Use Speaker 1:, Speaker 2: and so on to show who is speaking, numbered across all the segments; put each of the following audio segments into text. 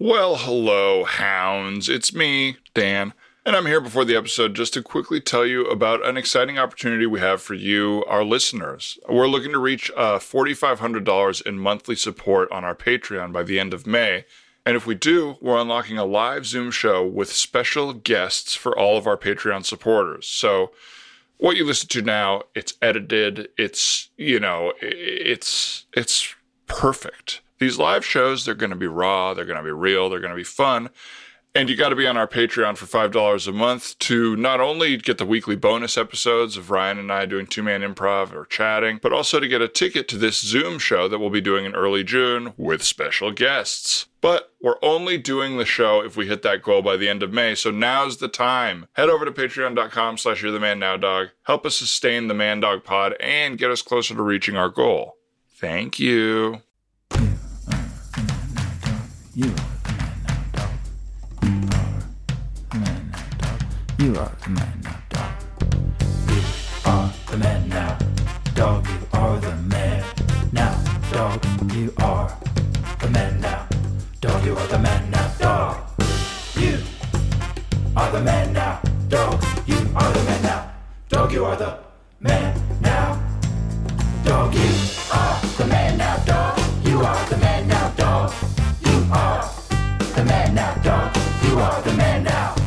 Speaker 1: Well, hello, hounds. It's me, Dan, and I'm here before the episode just to quickly tell you about an exciting opportunity we have for you, our listeners. We're looking to reach uh, $4,500 in monthly support on our Patreon by the end of May. And if we do, we're unlocking a live Zoom show with special guests for all of our Patreon supporters. So, what you listen to now it's edited it's you know i- it's it's perfect these live shows they're going to be raw they're going to be real they're going to be fun and you got to be on our patreon for $5 a month to not only get the weekly bonus episodes of ryan and i doing two-man improv or chatting but also to get a ticket to this zoom show that we'll be doing in early june with special guests but we're only doing the show if we hit that goal by the end of May. So now's the time. Head over to patreon.com slash you're the man now dog. Help us sustain the man dog pod and get us closer to reaching our goal. Thank you.
Speaker 2: You are the man now, dog. You are the man now, dog. You are the man now, dog. You are the man now, dog. You are the man now, dog. You are the man now, dog. You are the man now, dog. You are the man now, dog. You are the man now, dog. You are the man now, dog. You are the man now, dog. You are the man now, dog. You are the man now, dog.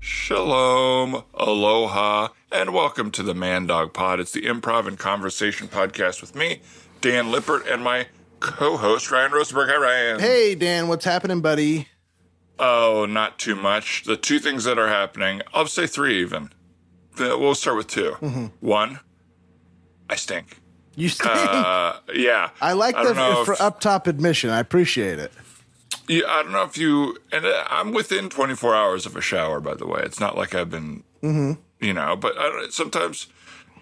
Speaker 1: Shalom, aloha, and welcome to the Man Dog Pod. It's the improv and conversation podcast with me, Dan Lippert, and my co-host Ryan Rosenberg. Hi, Ryan.
Speaker 3: Hey Dan, what's happening, buddy?
Speaker 1: Oh, not too much. The two things that are happening, I'll say three even. The- We'll start with 2
Speaker 3: Mm-hmm.
Speaker 1: One, I stink.
Speaker 3: You stink.
Speaker 1: Uh, yeah.
Speaker 3: I like
Speaker 1: don't
Speaker 3: the
Speaker 1: know
Speaker 3: for
Speaker 1: if-
Speaker 3: up top admission. I appreciate it.
Speaker 1: Yeah, I don't know if you, and uh, I'm within 24 hours of a shower, by the way. It's not like I've been,
Speaker 3: Mm-hmm.
Speaker 1: you know, but I, don't- sometimes,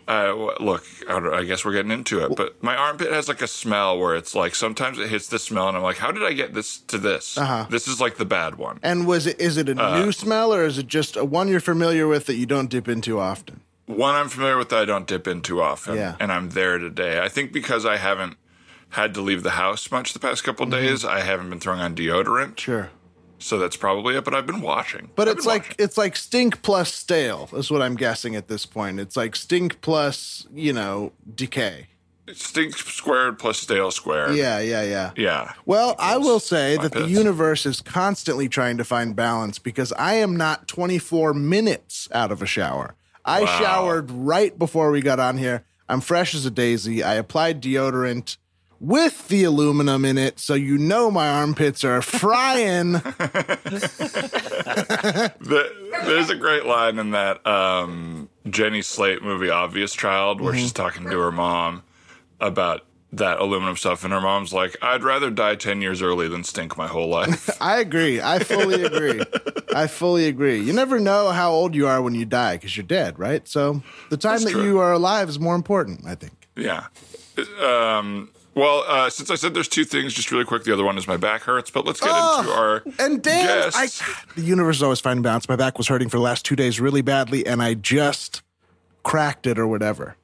Speaker 1: uh, w- look, I, don't- I guess we're getting into it, but my armpit has like a smell where it's like sometimes it hits this smell and I'm like, how did I get this to this?
Speaker 3: Uh-huh.
Speaker 1: This is like the bad one.
Speaker 3: And was it is it a
Speaker 1: Uh,
Speaker 3: new smell or is it just a one you're familiar with that you don't dip into often?
Speaker 1: one I'm familiar with that I don't dip in too often,
Speaker 3: Yeah.
Speaker 1: and I'm there today. I think because I haven't had to leave the house much the past couple
Speaker 3: Mm-hmm.
Speaker 1: days, I haven't been throwing on deodorant,
Speaker 3: Sure.
Speaker 1: so that's probably it. But I've been washing.
Speaker 3: But
Speaker 1: I've
Speaker 3: it's
Speaker 1: been
Speaker 3: like
Speaker 1: washing.
Speaker 3: it's like stink plus stale is what I'm guessing at this point. It's like stink plus, you know, decay.
Speaker 1: stink squared plus stale squared.
Speaker 3: Yeah, yeah, yeah.
Speaker 1: yeah.
Speaker 3: Well, I will say
Speaker 1: my
Speaker 3: that the
Speaker 1: piss.
Speaker 3: universe is constantly trying to find balance because I am not 24 minutes out of a shower. I
Speaker 1: Wow.
Speaker 3: showered right before we got on here. I'm fresh as a daisy. I applied deodorant with the aluminum in it, so you know my armpits are frying.
Speaker 1: The- there's a great line in that um, Jenny Slate movie, Obvious Child,
Speaker 3: Mm-hmm.
Speaker 1: where she's talking to her mom about that aluminum stuff, and her mom's like, "I'd rather die ten years early than stink my whole life."
Speaker 3: I agree. I fully agree. I fully agree. You never know how old you are when you die because you're dead, right? So the time
Speaker 1: That's
Speaker 3: that
Speaker 1: true.
Speaker 3: you are alive is more important, I think.
Speaker 1: Yeah. Um, well, uh, since I said there's two things, just really quick, the other one is my back hurts, but let's get into our
Speaker 3: Oh, And Dan, I,
Speaker 1: guests.
Speaker 3: the universe is always finding balance. My back was hurting for the last two days really badly, and I just cracked it or whatever.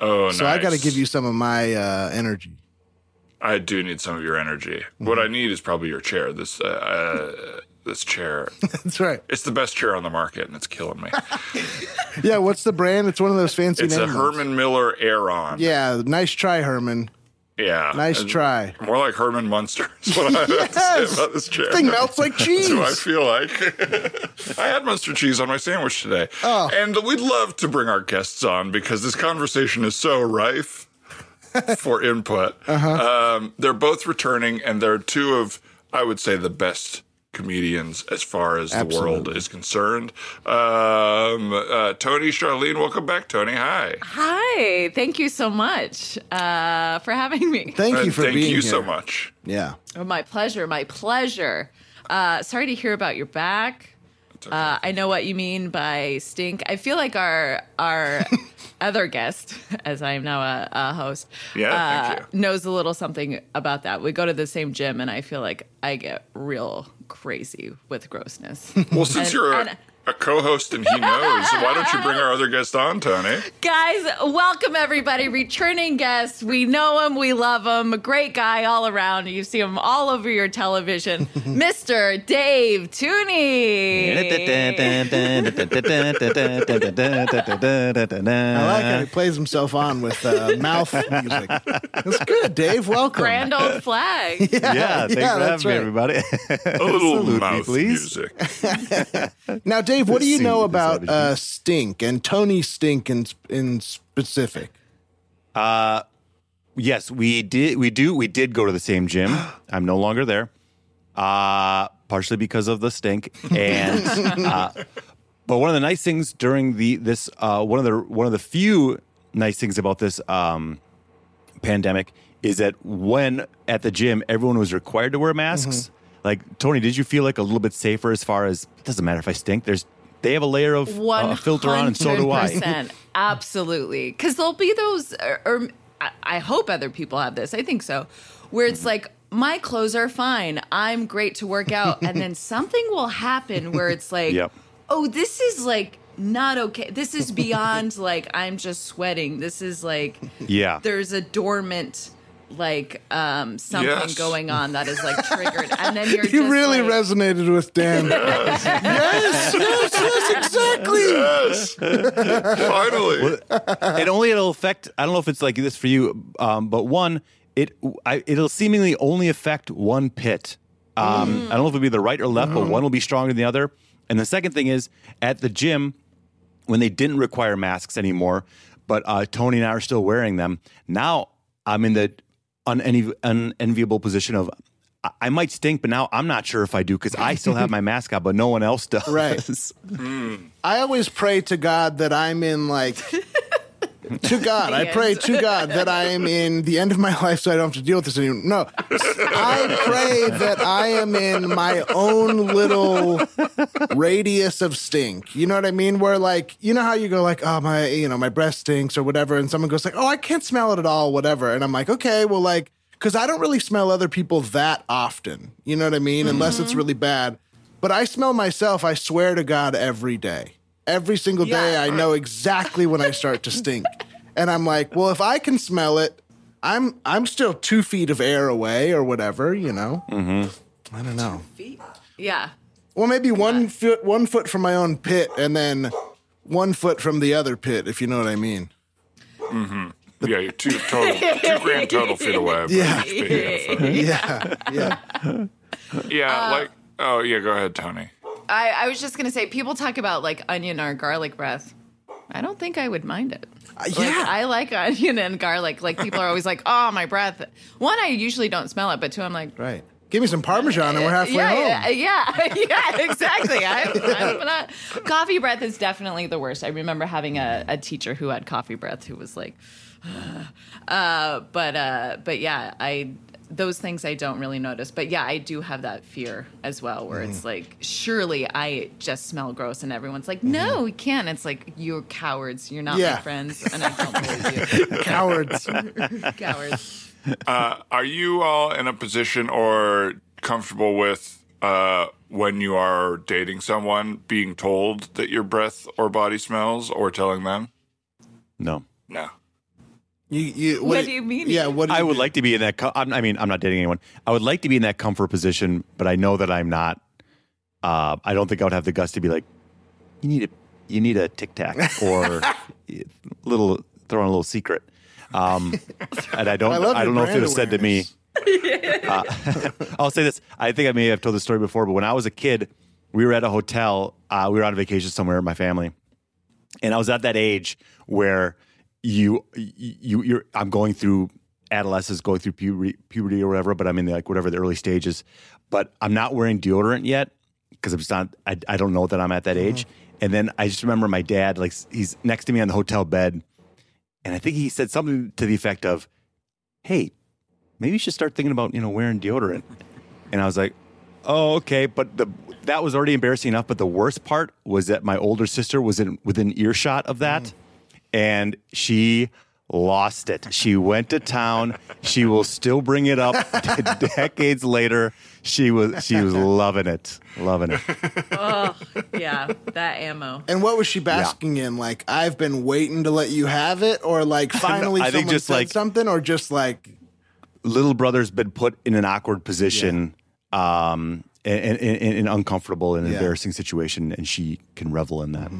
Speaker 1: oh,
Speaker 3: So I got to give you some of my uh, energy.
Speaker 1: I do need some of your energy. What
Speaker 3: Mm-hmm.
Speaker 1: I need is probably your chair. This uh, uh, this chair.
Speaker 3: That's right.
Speaker 1: it's the best chair on the market, and it's killing me.
Speaker 3: Yeah, what's the brand? It's one of those fancy
Speaker 1: It's a
Speaker 3: names.
Speaker 1: Herman Miller Aeron.
Speaker 3: Yeah, nice try, Herman.
Speaker 1: Yeah.
Speaker 3: Nice
Speaker 1: Uh,
Speaker 3: try.
Speaker 1: More like Herman Munster is what I have to
Speaker 3: Yes!
Speaker 1: say about this chair.
Speaker 3: Thing melts like cheese.
Speaker 1: That's what I feel like. I had Munster cheese on my sandwich today.
Speaker 3: Oh.
Speaker 1: And we'd love to bring our guests on because this conversation is so rife for input.
Speaker 3: Uh-huh.
Speaker 1: Um, they're both returning, and they're two of, I would say, the best comedians as far as the world is concerned. Um, uh, Tony, Charlene, welcome back, Tony. Hi.
Speaker 4: Hi, thank you so much uh, for having me. Oh,
Speaker 3: Thank you
Speaker 1: And
Speaker 3: for
Speaker 1: Uh, thank
Speaker 3: being
Speaker 1: you
Speaker 3: here.
Speaker 1: so much.
Speaker 3: Yeah.
Speaker 4: my pleasure, my pleasure. Uh, sorry to hear about your back. Uh, I know what you mean by stink. I feel like our our other guest, as I am now a, a host,
Speaker 1: Yeah, thank
Speaker 4: uh, knows a little something about that. We go to the same gym, and I feel like I get real crazy with grossness.
Speaker 1: Well, since
Speaker 3: Mm-hmm.
Speaker 4: And-
Speaker 1: you're a
Speaker 4: and-
Speaker 1: a co-host and he knows. Why don't you bring our other guest on, Tony?
Speaker 4: Guys, welcome everybody. Returning guests. We know him. We love him. A great guy all around. You see him all over your television. Mr. Dave Tooney.
Speaker 3: I like
Speaker 5: I
Speaker 3: how he plays himself on with uh, mouth music. That's good, Dave. Welcome.
Speaker 4: Grand old flag.
Speaker 5: Yeah, thanks
Speaker 3: Yeah,
Speaker 5: for
Speaker 3: that's
Speaker 5: having me,
Speaker 3: right.
Speaker 5: everybody.
Speaker 1: A little
Speaker 5: Salute me,
Speaker 1: mouth
Speaker 5: please.
Speaker 1: music.
Speaker 3: Now, Dave, what do you
Speaker 5: Scene
Speaker 3: know
Speaker 5: with this
Speaker 3: about
Speaker 5: savage
Speaker 3: uh, Stink and Tony Stink in, in specific?
Speaker 5: Yes, we did. We do. We did go to the same gym. I'm no longer there, uh, partially because of the stink. And uh, but one of the nice things during the this uh, one of the one of the few nice things about this um, pandemic is that when at the gym everyone was required to wear masks. Like Tony, did you feel like a little bit safer as far as it doesn't matter if I stink? There's they have a layer of
Speaker 4: One
Speaker 5: uh, filter on, and so do I.
Speaker 4: Absolutely, because there'll be those, or, or I- I hope other people have this. I think so, where
Speaker 5: Mm-hmm.
Speaker 4: it's like my clothes are fine, I'm great to work out, and then something will happen where it's like,
Speaker 5: Yep.
Speaker 4: oh, this is like not okay. This is beyond like I'm just sweating. This is like
Speaker 5: Yeah.
Speaker 4: there's a dormant like um something
Speaker 1: Yes.
Speaker 4: going on that is like triggered and then you're
Speaker 3: You
Speaker 4: just
Speaker 3: really
Speaker 4: like,
Speaker 3: resonated with Dan. yes, yes, yes, exactly.
Speaker 1: Yes. Finally.
Speaker 5: it only it'll affect. I don't know if it's like this for you, um, but one, it I, it'll seemingly only affect one pit. Um, I don't know if it'll be the right or left, but one will be stronger than the other. And the second thing is at the gym when they didn't require masks anymore, but uh, Tony and I are still wearing them. Now I'm in the unenvi- unenviable position of. I- I might stink, but now I'm not sure if I do because I still have my mask on, but no one else does.
Speaker 3: Right. I always pray to God that I'm in like. To God, I pray to God that I am in the end of my life, so I don't have to deal with this anymore. No, I pray that I am in my own little radius of stink. You know what I mean? Where like, you know how you go like, oh my, you know, my breath stinks or whatever, and someone goes like, oh, I can't smell it at all, whatever, and I'm like, okay, well, like, because I don't really smell other people that often. You know what I mean? Unless it's really bad. But I smell myself. I swear to God, every day, every single day,
Speaker 4: Yeah.
Speaker 3: I know exactly when I start to stink, and I'm like, well, if I can smell it. I'm I'm still two feet of air away or whatever, you know.
Speaker 5: Mm-hmm.
Speaker 3: I don't know.
Speaker 4: yeah
Speaker 3: Well, maybe one foot one foot from my own pit, and then one foot from the other pit, if you know what I mean.
Speaker 1: Yeah, you're two total, two grand total feet away.
Speaker 3: Yeah.
Speaker 1: Yeah,
Speaker 3: Yeah, yeah.
Speaker 1: yeah like, oh, yeah, go ahead, Tony.
Speaker 4: I, I was just gonna say, people talk about like onion or garlic breath. I don't think I would mind it. Like, I like onion and garlic. Like people are always like, "Oh, my breath." One, I usually don't smell it, but two, I'm like,
Speaker 3: right. Give me some parmesan, and we're halfway
Speaker 4: yeah,
Speaker 3: home.
Speaker 4: yeah, yeah, yeah, exactly. I, I'm not. Coffee breath is definitely the worst. I remember having a, a teacher who had coffee breath who was like, uh, but uh, but yeah, I those things I don't really notice. But yeah, I do have that fear as well, where
Speaker 3: Mm.
Speaker 4: it's like, surely I just smell gross, and everyone's like, no, we can't. It's like you're cowards. You're not
Speaker 3: Mm-hmm. Yeah.
Speaker 4: my friends, and I don't believe you,
Speaker 3: Cowards.
Speaker 4: cowards.
Speaker 1: Are you all in a position or comfortable with uh, when you are dating someone being told that your breath or body smells or telling them?
Speaker 5: No.
Speaker 1: No.
Speaker 3: You, you,
Speaker 4: What do you mean?
Speaker 3: Yeah. What do you
Speaker 5: I would
Speaker 3: do?
Speaker 5: like to be in that. Com- I'm, I mean, I'm not dating anyone. I would like to be in that comfort position, but I know that I'm not. Uh, I don't think I would have the guts to be like, you need a, you need a tic tac or a little throw in a little secret. Um, and I don't,
Speaker 3: I
Speaker 5: I,
Speaker 3: love your
Speaker 5: don't know if it
Speaker 3: brand
Speaker 5: was said to me. uh, I'll say this. I think I may have told this story before, but when I was a kid, we were at a hotel. Uh, we were on vacation somewhere with my family, and I was at that age where you you you're I'm going through adolescence, going through puberty, puberty or whatever, but I'm in like whatever the early stages. But I'm not wearing deodorant yet because I'm just not. I, I don't know that I'm at that age. And then I just remember my dad, like he's next to me on the hotel bed, and I think he said something to the effect of, "Hey, maybe you should start thinking about you know wearing deodorant." And I was like, "Oh, okay." But the that was already embarrassing enough. But the worst part was that my older sister was in within earshot of that, and she lost it. She went to town. She will still bring it up decades later. She was she was loving it, loving it.
Speaker 4: yeah, that ammo.
Speaker 3: And what was she basking in? Like, I've been waiting to let you have it, or like finally
Speaker 5: I
Speaker 3: someone
Speaker 5: think just
Speaker 3: said
Speaker 5: like- little
Speaker 3: something, or just like
Speaker 5: little brother's been put in an awkward position um in, in, in an uncomfortable and
Speaker 3: Yeah.
Speaker 5: embarrassing situation and she can revel in that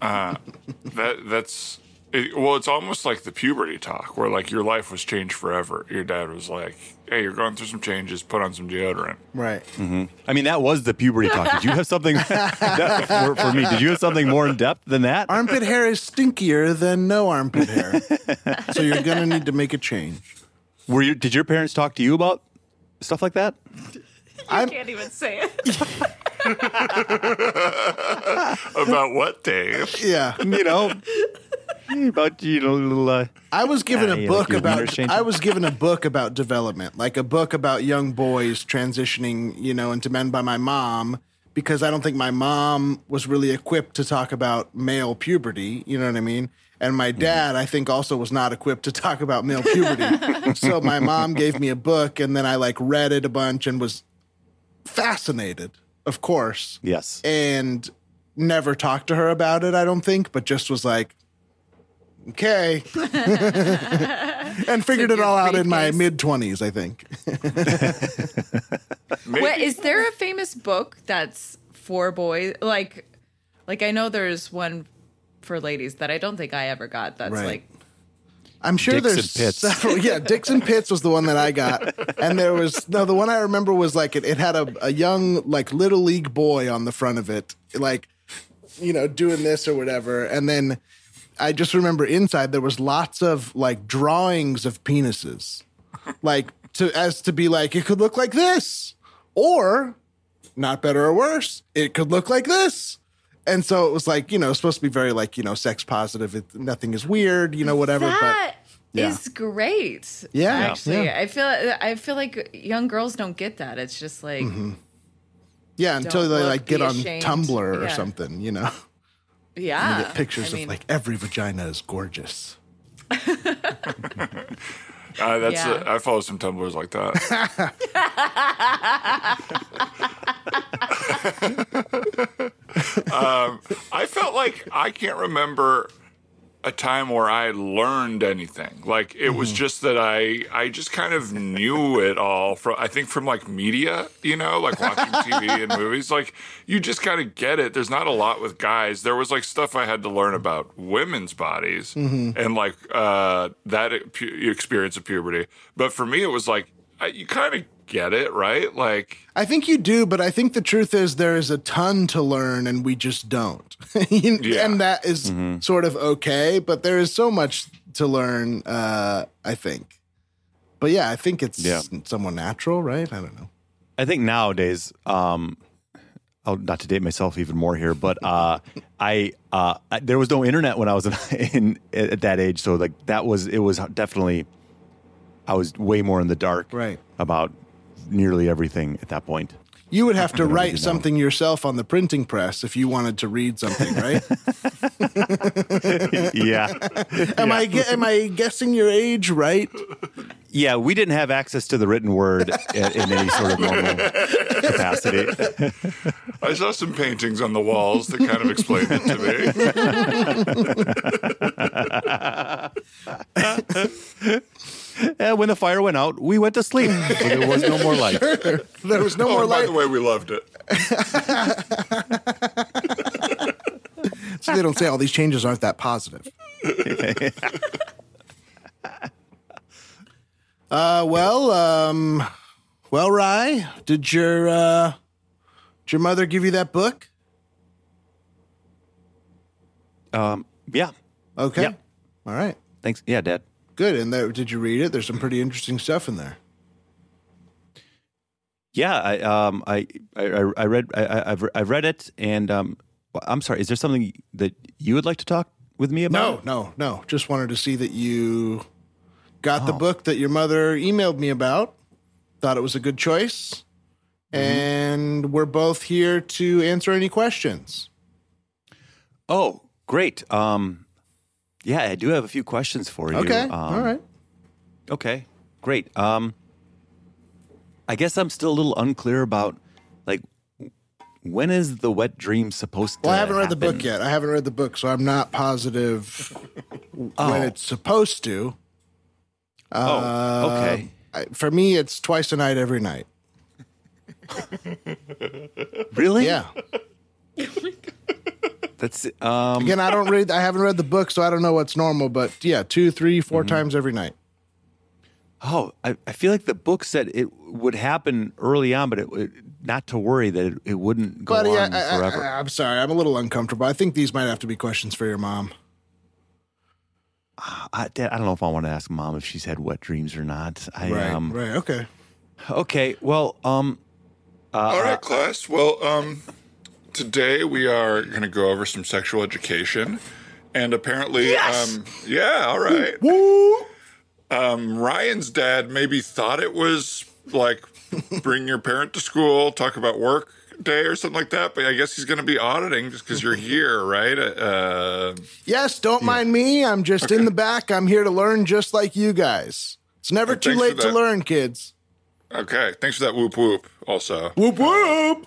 Speaker 1: That that's it, well, it's almost like the puberty talk, where like your life was changed forever. Your dad was like, "Hey, you're going through some changes. Put on some deodorant."
Speaker 3: right.
Speaker 5: i mean that was the puberty talk did you have something that- for, for me did you have something more in depth than that
Speaker 3: Armpit hair is stinkier than no armpit hair, so you're gonna need to make a change.
Speaker 5: were you did your parents talk to you about stuff like that
Speaker 4: I can't even say it.
Speaker 1: About what, Dave?
Speaker 3: Yeah,
Speaker 5: you know about you know little uh,
Speaker 3: I was given
Speaker 5: Yeah,
Speaker 3: a
Speaker 5: yeah, like
Speaker 3: book
Speaker 5: your winner's
Speaker 3: about.
Speaker 5: changing.
Speaker 3: I was given a book about development, like a book about young boys transitioning, you know, into men by my mom. Because I don't think my mom was really equipped to talk about male puberty, you know what I mean? And
Speaker 5: Mm-hmm.
Speaker 3: my dad, I think, also was not equipped to talk about male puberty. so my mom gave me a book, and then I like read it a bunch and was fascinated, of course
Speaker 5: yes
Speaker 3: and never talked to her about it, I don't think, but just was like, okay. and figured
Speaker 4: Took
Speaker 3: it all
Speaker 4: your
Speaker 3: out in my
Speaker 4: briefcase.
Speaker 3: mid 20s, I think.
Speaker 4: Wait, is there a famous book that's for boys? Like, like I know there's one for ladies that I don't think I ever got. That's
Speaker 3: Right.
Speaker 4: like
Speaker 3: I'm sure
Speaker 5: Dicks
Speaker 3: there's
Speaker 5: and Pits.
Speaker 3: several. Yeah, Dixon Pitts was the one that I got, and there was no. The one I remember was like it, it had a, a young like little league boy on the front of it, like you know doing this or whatever. And then I just remember inside there was lots of like drawings of penises, like to as to be like it could look like this, or not better or worse, it could look like this. And so it was like, you know, supposed to be very like, you know, sex positive. It, nothing is weird, you know, whatever. but
Speaker 4: that is
Speaker 3: yeah.
Speaker 4: great.
Speaker 3: Yeah.
Speaker 4: actually,
Speaker 3: Yeah.
Speaker 4: I feel I feel like young girls don't get that. It's just like
Speaker 3: Mm-hmm. Yeah, until
Speaker 4: Don't
Speaker 3: they
Speaker 4: look,
Speaker 3: like
Speaker 4: be
Speaker 3: get on
Speaker 4: ashamed.
Speaker 3: Tumblr or
Speaker 4: Yeah.
Speaker 3: something, you know.
Speaker 4: yeah,
Speaker 3: Get pictures
Speaker 4: I mean,
Speaker 3: of like every vagina is gorgeous.
Speaker 1: Uh, that's
Speaker 4: Yeah.
Speaker 1: I follow some tumblers like that. um, I felt like I can't remember a time where I learned anything. Like it
Speaker 3: Mm-hmm.
Speaker 1: was just that I I just kind of knew it all from I think from like media, you know, like watching TV and movies. Like you just kind of get it. There's not a lot with guys. There was like stuff I had to learn about women's bodies
Speaker 3: Mm-hmm.
Speaker 1: and like uh that pu- experience of puberty. But for me it was like I, you kind of get it, right? Like
Speaker 3: I think you do, but I think the truth is there is a ton to learn and we just don't.
Speaker 1: Yeah.
Speaker 3: You-
Speaker 1: Mm-hmm.
Speaker 3: And that is sort of okay, but there is so much to learn, uh, I think. But yeah, I think it's
Speaker 5: Yeah.
Speaker 3: somewhat natural, right? I don't know.
Speaker 5: I think nowadays, um, oh, not to date myself even more here, but uh, I, uh, I there was no internet when I was in, in at that age, so like that was it was definitely I was way more in the dark
Speaker 3: Right.
Speaker 5: about nearly everything at that point.
Speaker 3: You would have to
Speaker 5: really
Speaker 3: write
Speaker 5: don't.
Speaker 3: something yourself on the printing press if you wanted to read something, right?
Speaker 5: yeah,
Speaker 3: am I ge- am I guessing your age right?
Speaker 5: yeah, we didn't have access to the written word in, in any sort of normal capacity.
Speaker 1: I saw some paintings on the walls that kind of explained it to me.
Speaker 5: and when the fire went out, we went to sleep. So there was no more light.
Speaker 3: There was no
Speaker 1: Oh,
Speaker 3: more
Speaker 1: and by
Speaker 3: light.
Speaker 1: the way, we loved it.
Speaker 3: So they don't say all these changes aren't that positive. uh, well, um, well, Rye, did your uh, did your mother give you that book?
Speaker 5: Um, Yeah,
Speaker 3: Okay,
Speaker 5: Yeah.
Speaker 3: all right,
Speaker 5: thanks. Yeah, Dad.
Speaker 3: good. And there, did you read it? There's some pretty interesting stuff in there.
Speaker 5: Yeah, I um I I, I I read I, I- I've I've read it and um well, I'm sorry. Is there something that you would like to talk with me
Speaker 3: No,
Speaker 5: about?
Speaker 3: no, no. Just wanted to see that you got the book that your mother emailed me about. Thought it was a good choice, and we're both here to answer any questions.
Speaker 5: Oh, great. Um, Yeah, I do have a few questions for you.
Speaker 3: Okay.
Speaker 5: Um,
Speaker 3: All right.
Speaker 5: Okay, great. Um, I guess I'm still a little unclear about like when is the wet dream supposed to?
Speaker 3: Well, I haven't read the
Speaker 5: happen?
Speaker 3: book yet. I haven't read the book, so I'm not positive when it's supposed to.
Speaker 5: Oh,
Speaker 3: Uh,
Speaker 5: okay.
Speaker 3: I, for me, it's twice a night, every night.
Speaker 5: Really?
Speaker 3: Yeah.
Speaker 5: That's um.
Speaker 3: Again, I don't read. I haven't read the book, so I don't know what's normal. But yeah, two, three, four
Speaker 5: Mm-hmm.
Speaker 3: times every night.
Speaker 5: Oh, I, I feel like the book said it would happen early on, but it, it not to worry that it, it wouldn't go
Speaker 3: Buddy, I,
Speaker 5: on
Speaker 3: I,
Speaker 5: forever.
Speaker 3: I, I'm sorry, I'm a little uncomfortable. I think these might have to be questions for your mom.
Speaker 5: I, Dad, I don't know if I want to ask mom if she's had wet dreams or not. I,
Speaker 3: Right.
Speaker 5: um,
Speaker 3: right. Okay.
Speaker 5: Okay. Well, um,
Speaker 1: All right, class. Well, um, today we are going to go over some sexual education, and apparently, um, yeah, all right. Um, Ryan's dad maybe thought it was like bring your parent to school, talk about work day or something like that. But I guess he's going to be auditing just because you're here, right? Uh,
Speaker 3: Yes, don't mind me. I'm just in the back. I'm here to learn, just like you guys. It's never
Speaker 1: Well,
Speaker 3: too
Speaker 1: thanks
Speaker 3: late
Speaker 1: for
Speaker 3: to
Speaker 1: that.
Speaker 3: learn, kids.
Speaker 1: okay, thanks for that whoop whoop. Also,
Speaker 3: Whoop whoop.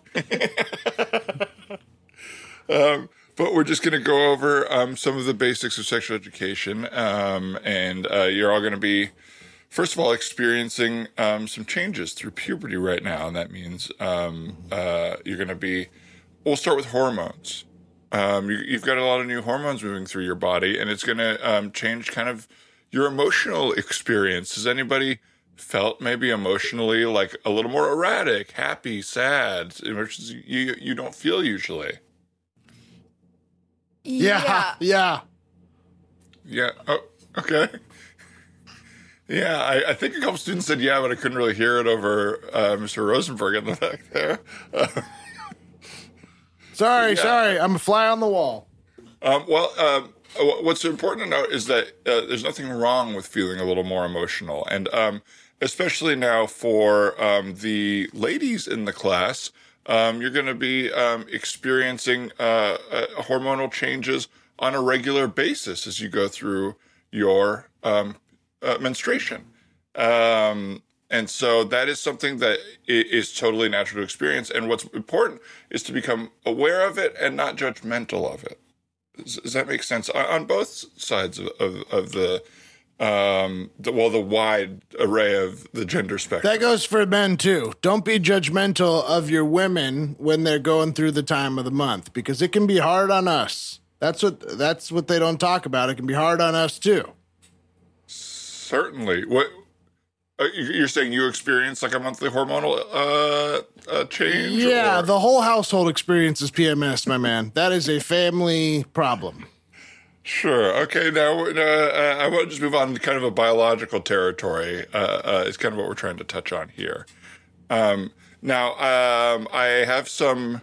Speaker 1: But we're just going to go over um, some of the basics of sexual education. Um, and uh, you're all going to be, first of all, experiencing um, some changes through puberty right now. And that means um, uh, you're going to be, we'll start with hormones. Um, you, you've got a lot of new hormones moving through your body, and it's going to um, change kind of your emotional experience. Has anybody felt maybe emotionally like a little more erratic, happy, sad, emotions you, you don't feel usually?
Speaker 3: Yeah. Yeah.
Speaker 1: Yeah. Oh, okay. Yeah, I, I think a couple students said yeah, but I couldn't really hear it over uh, Mr. Rosenberg in the back there. Uh,
Speaker 3: Sorry.
Speaker 1: Yeah.
Speaker 3: Sorry. I'm a fly on the wall.
Speaker 1: um, well, um, wh- what's important to note is that uh, there's nothing wrong with feeling a little more emotional, and um, especially now for um, the ladies in the class, um, you're going to be um, experiencing uh, uh, hormonal changes on a regular basis as you go through your um, uh, menstruation. Um, and so that is something that i- is totally natural to experience. And what's important is to become aware of it and not judgmental of it. Does, does that make sense? On, on both sides of, of, of the, um, the, well, the wide array of the gender spectrum.
Speaker 3: That goes for men too. Don't be judgmental of your women when they're going through the time of the month because it can be hard on us. That's what that's what they don't talk about. It can be hard on us too.
Speaker 1: Certainly. What uh, you- you're saying you experience like a monthly hormonal uh, uh, change?
Speaker 3: Yeah,
Speaker 1: or-
Speaker 3: the whole household experiences PMS, my man. That is a family problem.
Speaker 1: Sure. Okay. Now, uh, uh, I want to just move on to kind of a biological territory. Uh, uh, is kind of what we're trying to touch on here. Um, now, um, I have some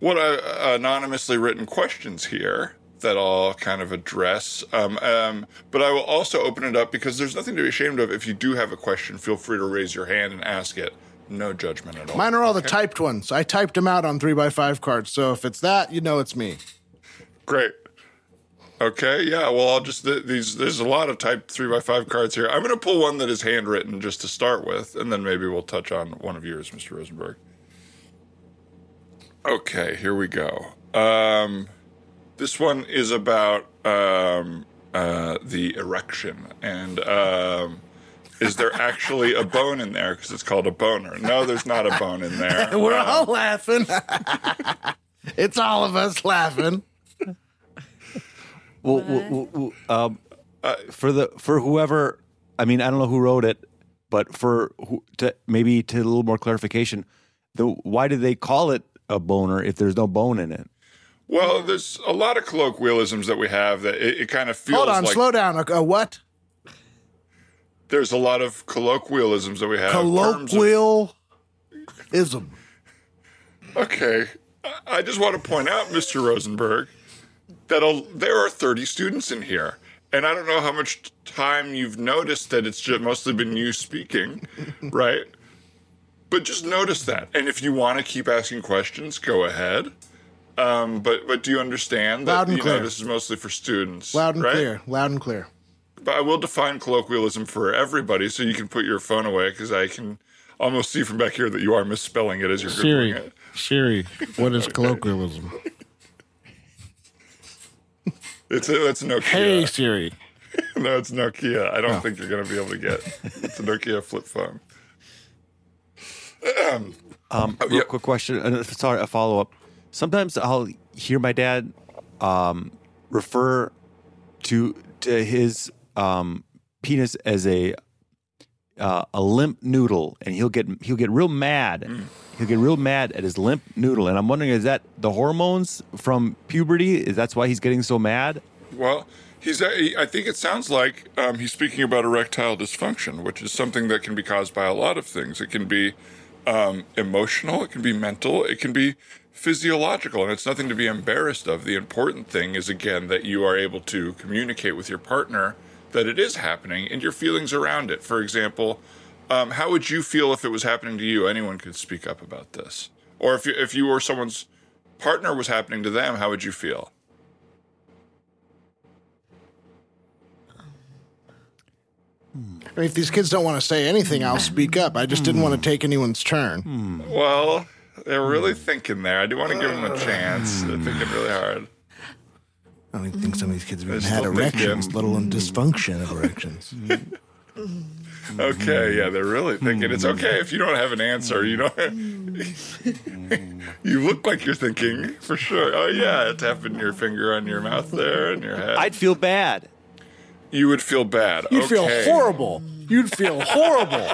Speaker 1: what uh, anonymously written questions here that I'll kind of address. Um, um, but I will also open it up because there's nothing to be ashamed of. If you do have a question, feel free to raise your hand and ask it. No judgment at all.
Speaker 3: Mine are all the typed ones. I typed them out on three by five cards. So if it's that, you know it's me.
Speaker 1: Great. Okay, yeah. Well, I'll just th- these. There's a lot of type three by five cards here. I'm going to pull one that is handwritten just to start with, and then maybe we'll touch on one of yours, Mr. Rosenberg. Okay, here we go. Um, this one is about um, uh, the erection, and um, is there actually a bone in there? Because it's called a boner. No, there's not a bone in there.
Speaker 3: We're all laughing. it's all of us laughing.
Speaker 5: well, well, well, well, um, for the for whoever, I mean, I don't know who wrote it, but for who, to, maybe to a little more clarification, the why did they call it a boner if there's no bone in it?
Speaker 1: Well, there's a lot of colloquialisms that we have that it, it kind of feels
Speaker 3: Hold on,
Speaker 1: like
Speaker 3: slow down. A, a what?
Speaker 1: there's a lot of colloquialisms that we have. terms of-
Speaker 3: Colloquialism.
Speaker 1: okay. I- I just want to point out, Mr. Rosenberg, that a, there are 30 students in here. And I don't know how much t- time you've noticed that it's just mostly been you speaking, right? But just notice that. And if you want to keep asking questions, go ahead. Um, but but do you understand that
Speaker 3: Loud and
Speaker 1: you
Speaker 3: clear.
Speaker 1: know this is mostly for students?
Speaker 3: Loud and
Speaker 1: right?
Speaker 3: clear. Loud and clear.
Speaker 1: But I will define colloquialism for everybody, so you can put your phone away because I can almost see from back here that you are misspelling it as you're googling
Speaker 6: Siri,
Speaker 1: it.
Speaker 6: Siri, what is colloquialism?
Speaker 1: It's a, it's a Nokia.
Speaker 6: Hey Siri,
Speaker 1: No, it's Nokia. I don't think you're gonna be able to get. It's a Nokia flip phone.
Speaker 5: Um, real
Speaker 1: yeah.
Speaker 5: quick question. uh, Sorry, a follow up. Sometimes I'll hear my dad um, refer to to his um, penis as a uh, a limp noodle, and he'll get he'll get real mad. He'll get real mad at his limp noodle, and I'm wondering is that the hormones from puberty? Is that's why he's getting so mad?
Speaker 1: Well, he's. I I think it sounds like um, he's speaking about erectile dysfunction, which is something that can be caused by a lot of things. It can be um, emotional, it can be mental, it can be physiological, and it's nothing to be embarrassed of. The important thing is again that you are able to communicate with your partner that it is happening and your feelings around it. For example, um, how would you feel if it was happening to you? Anyone could speak up about this, or if you, if you or someone's partner was happening to them, how would you feel?
Speaker 3: I mean, if these kids don't want to say anything, I'll speak up. I just didn't want to take anyone's
Speaker 6: Hmm.
Speaker 3: turn.
Speaker 1: Well, they're
Speaker 4: Hmm.
Speaker 1: really thinking there. I do want to give them a chance. They're thinking really hard.
Speaker 3: I don't even think some of these kids have even
Speaker 1: There's
Speaker 3: had
Speaker 1: still big
Speaker 3: erections,
Speaker 1: gap.
Speaker 3: let alone dysfunction of erections.
Speaker 4: Hmm.
Speaker 1: Okay, yeah, they're really thinking. It's okay if you don't have an answer. You don't.
Speaker 4: Hmm.
Speaker 1: you look like you're thinking for sure. Oh yeah, tapping your finger on your mouth there and your head.
Speaker 5: I'd feel bad.
Speaker 1: you would feel bad.
Speaker 3: You'd
Speaker 1: Okay.
Speaker 3: feel horrible. You'd feel horrible.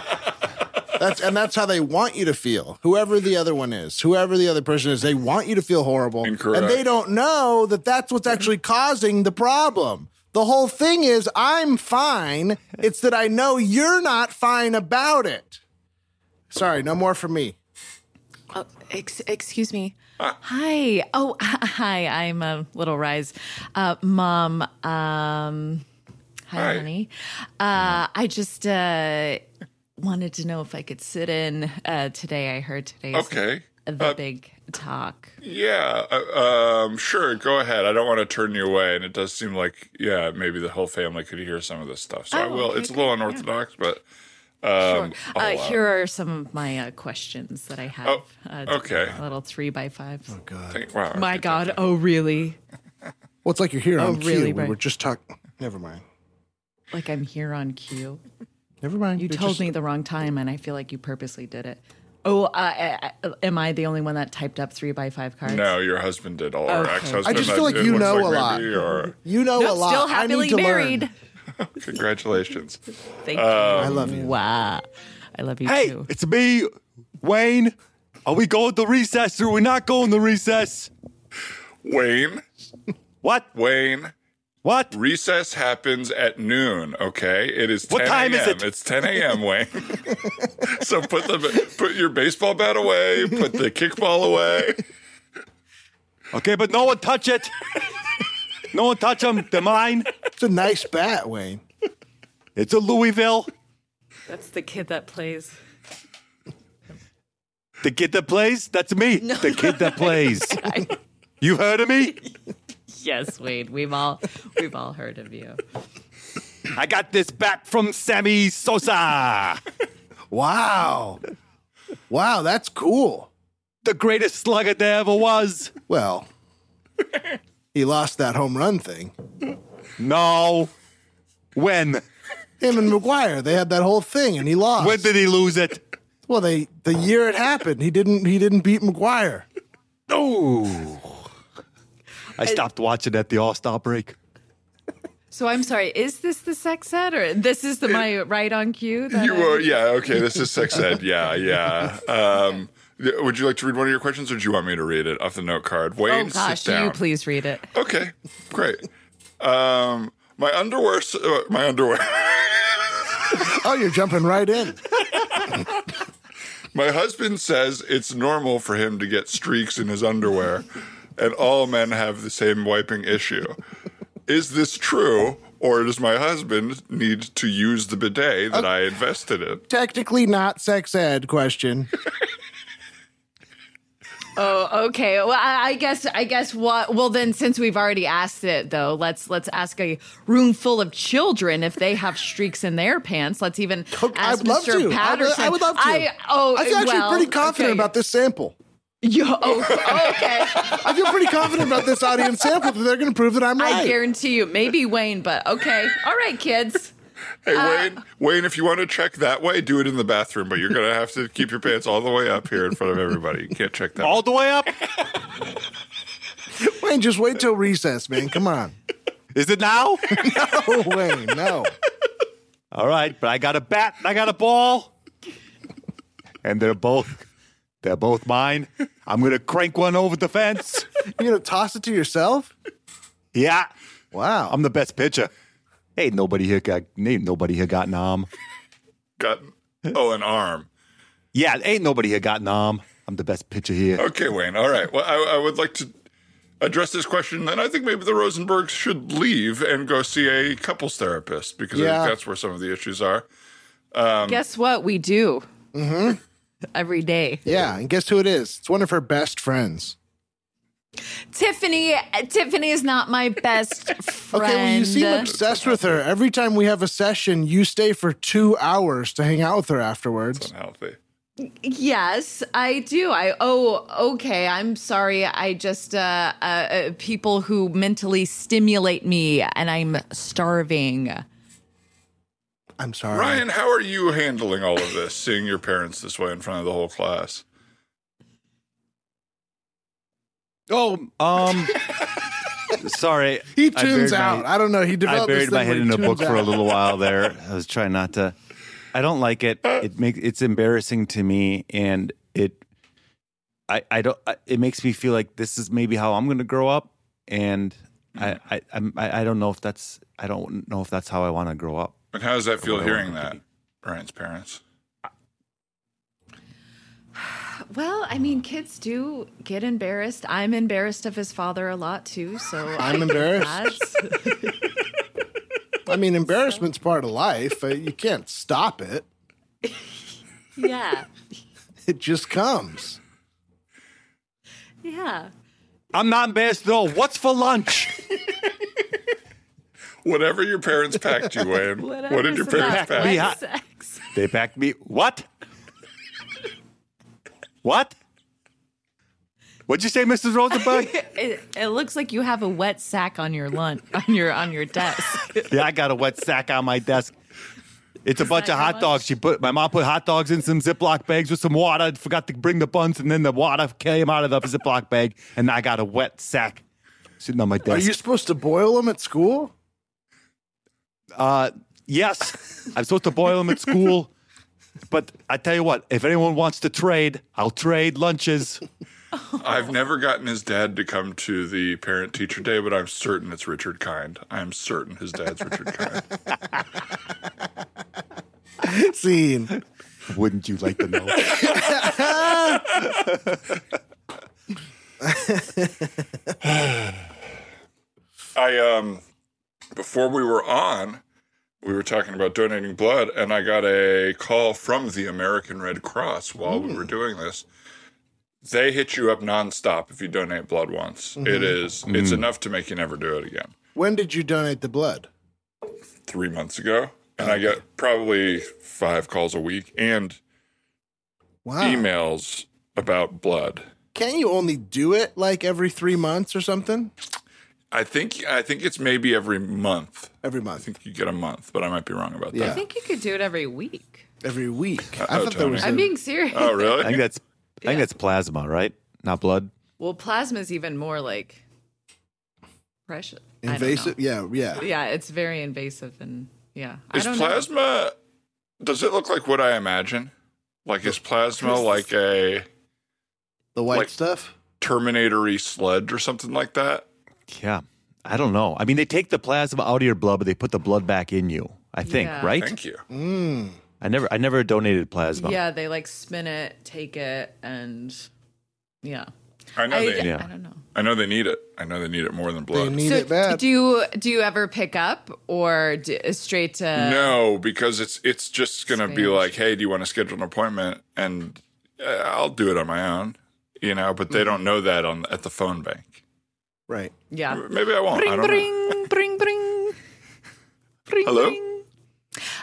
Speaker 3: That's and that's how they want you to feel. Whoever the other one is, whoever the other person is, they want you to feel horrible.
Speaker 1: Incorrect.
Speaker 3: And they don't know that that's what's actually causing the problem. The whole thing is I'm fine. It's that I know you're not fine about it. Sorry, no more for me.
Speaker 4: Oh, ex- excuse me.
Speaker 1: Ah.
Speaker 4: Hi. Oh, hi. I'm a little rise. Uh, Mom. Um, hi,
Speaker 1: Hi.
Speaker 4: honey. Uh, I just uh, wanted to know if I could sit in uh, today. I heard today's
Speaker 1: Okay. Uh,
Speaker 4: the big talk.
Speaker 1: Yeah. uh, um. Sure. Go ahead. I don't want to turn you away. And it does seem like yeah, maybe the whole family could hear some of this stuff. So I
Speaker 4: Oh,
Speaker 1: will.
Speaker 4: okay,
Speaker 1: It's a little unorthodox, but um. I'll
Speaker 4: Uh,
Speaker 1: allow it.
Speaker 4: here are some of my uh, questions that I have.
Speaker 1: Oh,
Speaker 4: uh,
Speaker 1: okay. Oh,
Speaker 4: Little three by fives.
Speaker 1: Thank- wow,
Speaker 4: My
Speaker 1: okay,
Speaker 4: God. Oh, really?
Speaker 3: Well, it's like you're here
Speaker 4: Oh,
Speaker 3: on cue.
Speaker 4: really,
Speaker 3: We
Speaker 4: right.
Speaker 3: were just talking. Never mind.
Speaker 4: Like I'm here on cue.
Speaker 3: Never mind.
Speaker 4: You
Speaker 3: You're
Speaker 4: told
Speaker 3: just-
Speaker 4: me the wrong time, and I feel like you purposely did it. Oh, I, I, am I the only one that typed up three by five cards?
Speaker 1: No, your husband did. All our
Speaker 4: Okay.
Speaker 1: ex-husband.
Speaker 3: I just feel like
Speaker 1: did.
Speaker 3: you
Speaker 1: Looks
Speaker 3: know
Speaker 1: like
Speaker 3: a lot.
Speaker 1: maybe, or-
Speaker 3: You know a
Speaker 4: No,
Speaker 3: lot.
Speaker 4: still
Speaker 3: I
Speaker 4: happily
Speaker 3: need to
Speaker 4: married.
Speaker 3: learn.
Speaker 1: congratulations.
Speaker 4: Thank you.
Speaker 1: Um,
Speaker 3: I love you.
Speaker 4: Wow. I love you
Speaker 5: Hey,
Speaker 4: too.
Speaker 5: it's me, Wayne. Are we going to recess or are we not going to recess?
Speaker 1: Wayne,
Speaker 5: What?
Speaker 1: Wayne,
Speaker 5: What?
Speaker 1: recess happens at noon. Okay, it is. 10
Speaker 5: What time is
Speaker 1: a.m.
Speaker 5: it?
Speaker 1: It's 10 a.m. Wayne. so put the put your baseball bat away. Put the kickball away.
Speaker 5: Okay, but no one touch it. no one touch them. They're mine.
Speaker 3: It's a nice bat, Wayne.
Speaker 5: It's a Louisville.
Speaker 4: That's the kid that plays.
Speaker 5: The kid that plays, that's me. The kid that plays. you heard of me?
Speaker 4: Yes, Wade. We've all we've all heard of you.
Speaker 5: I got this bat from Sammy Sosa,
Speaker 3: Wow. Wow, that's cool.
Speaker 5: the greatest slugger there ever was.
Speaker 3: Well, he lost that home run thing.
Speaker 5: No. When?
Speaker 3: Him and McGuire, they had that whole thing, and he lost.
Speaker 5: When did he lose it?
Speaker 3: well, they the year it happened, he didn't he didn't beat McGuire.
Speaker 5: No. I stopped watching at the All Star break.
Speaker 4: So I'm sorry. Is this the sex ed, or this is the my right on cue? That
Speaker 1: You
Speaker 4: I-
Speaker 1: were yeah. Okay, this is sex ed. Yeah, yeah. Um, th- would you like to read one of your questions, or do you want me to read it off the note card?
Speaker 4: Oh
Speaker 1: Wayne,
Speaker 4: gosh,
Speaker 1: sit
Speaker 4: do
Speaker 1: down.
Speaker 4: you please read it?
Speaker 1: Okay, great. Um, my underwear. s- Uh, my underwear.
Speaker 3: Oh, you're jumping right in.
Speaker 1: My husband says it's normal for him to get streaks in his underwear, and all men have the same wiping issue. Is this true, or does my husband need to use the bidet that I invested in?
Speaker 3: Technically not sex ed question.
Speaker 4: Oh, okay. Well, I, I guess I guess what? Well, then since we've already asked it, though, let's let's ask a room full of children if they have streaks in their pants. Let's even ask
Speaker 3: I'd love to.
Speaker 4: Mr.
Speaker 3: I would,
Speaker 4: Patterson.
Speaker 3: I would love to.
Speaker 4: I, oh,
Speaker 3: I feel actually
Speaker 4: well,
Speaker 3: pretty confident
Speaker 4: okay.
Speaker 3: about this sample.
Speaker 4: Yo, oh, okay.
Speaker 3: I feel pretty confident about this audience sample that they're going to prove that I'm
Speaker 4: I
Speaker 3: right.
Speaker 4: guarantee you, maybe Wayne, but okay. All right, kids.
Speaker 1: Hey, Wayne, Wayne, if you want to check that way, do it in the bathroom, but you're going to have to keep your pants all the way up here in front of everybody. You can't check that.
Speaker 5: All the way up?
Speaker 3: Wayne, just wait till recess, man. Come on.
Speaker 5: Is it now?
Speaker 3: Oh, Wayne, no.
Speaker 5: All right, but I got a bat and I got a ball. And they're both they're both mine. I'm gonna crank one over the fence.
Speaker 3: You're going to toss it to yourself?
Speaker 5: Yeah.
Speaker 3: Wow.
Speaker 5: I'm the best pitcher. Ain't nobody here got ain't nobody here got nom.
Speaker 1: Got, oh, an arm.
Speaker 5: Yeah, ain't nobody here got nom. I'm the best pitcher here.
Speaker 1: Okay, Wayne. All right. Well, I, I would like to address this question, and I think maybe the Rosenbergs should leave and go see a couples therapist because I
Speaker 3: Yeah.
Speaker 1: think that's where some of the issues are.
Speaker 4: Guess what? We do
Speaker 3: Mm-hmm.
Speaker 4: every day.
Speaker 3: yeah, and guess who it is? It's one of her best friends.
Speaker 4: Tiffany, Tiffany is not my best friend.
Speaker 3: Okay, well, you seem obsessed with her. Every time we have a session, you stay for two hours to hang out with her afterwards.
Speaker 1: Unhealthy.
Speaker 4: Yes, I do. I oh okay. I'm sorry. I just uh, uh, uh people who mentally stimulate me, and I'm starving.
Speaker 3: I'm sorry.
Speaker 1: Ryan, how are you handling all of this, seeing your parents this way in front of the whole class?
Speaker 5: Oh, um sorry.
Speaker 3: He
Speaker 5: I buried
Speaker 3: tunes
Speaker 5: my-
Speaker 3: out. I don't know. He developed
Speaker 5: I buried
Speaker 3: this
Speaker 5: my
Speaker 3: thing where
Speaker 5: head
Speaker 3: he
Speaker 5: in a
Speaker 3: tunes
Speaker 5: book for a
Speaker 3: out.
Speaker 5: little while there. I was trying not to. I don't like it.
Speaker 3: Uh.
Speaker 5: It makes it's embarrassing to me, and it. I I don't. I, it makes me feel like this is maybe how I'm going to grow up, and I
Speaker 3: Mm.
Speaker 5: I I'm, I I don't know if that's I don't know if that's how I want to grow up.
Speaker 1: And how does that feel
Speaker 5: Well,
Speaker 1: hearing that, Ryan's parents?
Speaker 4: Well, I mean, kids do get embarrassed. I'm embarrassed of his father a lot too. So
Speaker 3: I'm
Speaker 4: I-
Speaker 3: embarrassed.
Speaker 4: that's-
Speaker 3: I mean, embarrassment's part of life. Uh, You can't stop it.
Speaker 4: yeah,
Speaker 3: It just comes.
Speaker 4: yeah.
Speaker 5: I'm not embarrassed though. What's for lunch?
Speaker 1: Whatever your parents packed you, Wayne. what did your parents
Speaker 5: pack?
Speaker 1: pack?
Speaker 5: Yeah.
Speaker 4: Yeah. Sex.
Speaker 5: they packed me. What? What? What'd you say, Mrs. Rosenberg?
Speaker 4: It, it looks like you have a wet sack on your lunch on your on your desk.
Speaker 5: Yeah, I got a wet sack on my desk. It's a bunch
Speaker 4: that
Speaker 5: of
Speaker 4: your
Speaker 5: hot
Speaker 4: lunch?
Speaker 5: dogs. She put my mom put hot dogs in some Ziploc bags with some water. I forgot to bring the buns, and then the water came out of the Ziploc bag, and I got a wet sack sitting on my
Speaker 3: Are
Speaker 5: desk.
Speaker 3: you supposed to boil them at school?
Speaker 5: uh, yes, I'm supposed to boil them at school, but I tell you what, if anyone wants to trade, I'll trade lunches.
Speaker 1: I've never gotten his dad to come to the parent teacher day, but I'm certain it's Richard Kind. I'm certain his dad's Richard Kind.
Speaker 3: Scene.
Speaker 5: Wouldn't you like to know?
Speaker 1: I um before we were on, we were talking about donating blood, and I got a call from the American Red Cross while
Speaker 3: Mm.
Speaker 1: we were doing this. They hit you up nonstop if you donate blood once.
Speaker 3: Mm-hmm.
Speaker 1: It is it's enough to make you never do it again.
Speaker 3: When did you donate the blood?
Speaker 1: Three months ago. And I get probably five calls a week and
Speaker 3: Wow.
Speaker 1: emails about blood.
Speaker 3: Can you only do it like every three months or something?
Speaker 1: I think I think it's maybe every month.
Speaker 3: Every
Speaker 1: I
Speaker 3: month,
Speaker 1: think you get a month, but I might be wrong about
Speaker 3: Yeah.
Speaker 4: I think you could do it every week.
Speaker 3: every
Speaker 5: Uh,
Speaker 3: week. I
Speaker 5: oh,
Speaker 1: Uh-oh,
Speaker 3: thought there was.
Speaker 1: Tony.
Speaker 4: I'm
Speaker 3: a-
Speaker 4: being serious.
Speaker 1: that. Oh really?
Speaker 5: I think that's I think that's plasma, right? Not blood.
Speaker 4: Well, plasma's even more like precious. I don't know.
Speaker 3: invasive. Yeah, yeah.
Speaker 4: Yeah, it's very invasive and yeah.
Speaker 1: Is
Speaker 4: I don't
Speaker 1: plasma? Does it look like what I imagine? Like is plasma like a
Speaker 3: The white
Speaker 1: Like-
Speaker 3: stuff.
Speaker 1: Terminatory sludge or something like that?
Speaker 5: Yeah. I don't know. I mean, they take the plasma out of your blood, but they put the blood back in you. I think,
Speaker 4: Yeah.
Speaker 5: right?
Speaker 1: Thank you.
Speaker 3: Mm.
Speaker 5: I never I never donated
Speaker 4: know.
Speaker 5: plasma.
Speaker 4: Yeah, they like spin it, take it, and yeah.
Speaker 1: I know
Speaker 4: I,
Speaker 1: they.
Speaker 5: Yeah.
Speaker 4: I don't know.
Speaker 1: I know they need it. I know they need it more than
Speaker 3: They
Speaker 1: blood.
Speaker 3: need it
Speaker 4: so
Speaker 3: bad.
Speaker 4: do you do you ever pick up or do, straight to
Speaker 1: no, because it's it's just gonna be
Speaker 4: Spanish.
Speaker 1: like, hey, do you want to schedule an appointment? And uh, I'll do it on my own. you know, but they don't know that on at the phone bank.
Speaker 3: Right.
Speaker 4: Yeah.
Speaker 1: Maybe I won't. I
Speaker 4: Bring,
Speaker 1: don't know.
Speaker 4: bring, bring, bring. Bring,
Speaker 1: Hello?
Speaker 4: bring.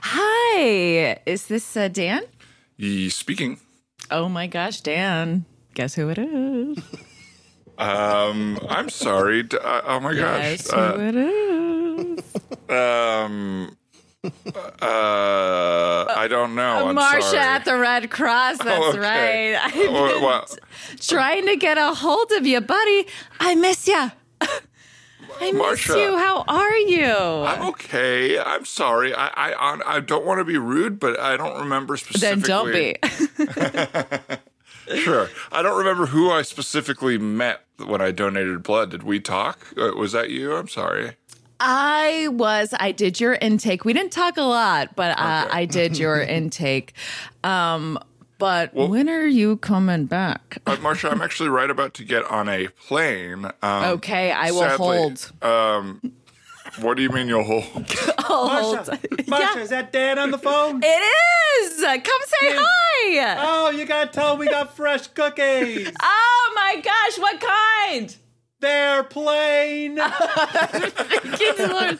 Speaker 4: Hi. Is this uh, Dan?
Speaker 1: Ye- Speaking.
Speaker 4: Oh my gosh, Dan. Guess who it is?
Speaker 1: Um, I'm sorry. D- uh, oh my
Speaker 4: Guess
Speaker 1: gosh.
Speaker 4: who
Speaker 1: Uh,
Speaker 4: it is?
Speaker 1: um, uh, I don't know. I'm
Speaker 4: Marsha
Speaker 1: sorry. Oh,
Speaker 4: at the Red Cross. That's
Speaker 1: okay.
Speaker 4: right. I've been
Speaker 1: Well, well,
Speaker 4: trying to get a hold of you, buddy. I miss you. I miss
Speaker 1: Marsha.
Speaker 4: you. How are you?
Speaker 1: I'm okay. I'm sorry. I I, hon- I don't want to be rude, but I don't remember
Speaker 4: then
Speaker 1: specifically.
Speaker 4: don't be.
Speaker 1: Sure. I don't remember who I specifically met when I donated blood. Did we talk? Uh, Was that you? I'm sorry.
Speaker 4: I was. I did your intake. We didn't talk a lot, but uh, I did your intake. Um, but when are you coming back?
Speaker 1: But Uh, Marsha, I'm actually right about to get on a plane. Um,
Speaker 4: Okay, I will
Speaker 1: sadly,
Speaker 4: hold.
Speaker 1: Um, what do you mean you'll hold?
Speaker 4: I'll hold.
Speaker 7: Marsha, is that Dan on the phone?
Speaker 4: It is. Come say hi.
Speaker 7: Oh, you gotta tell him we got fresh cookies.
Speaker 4: Oh my gosh, what kind?
Speaker 7: They're plain.
Speaker 4: Jesus Lord.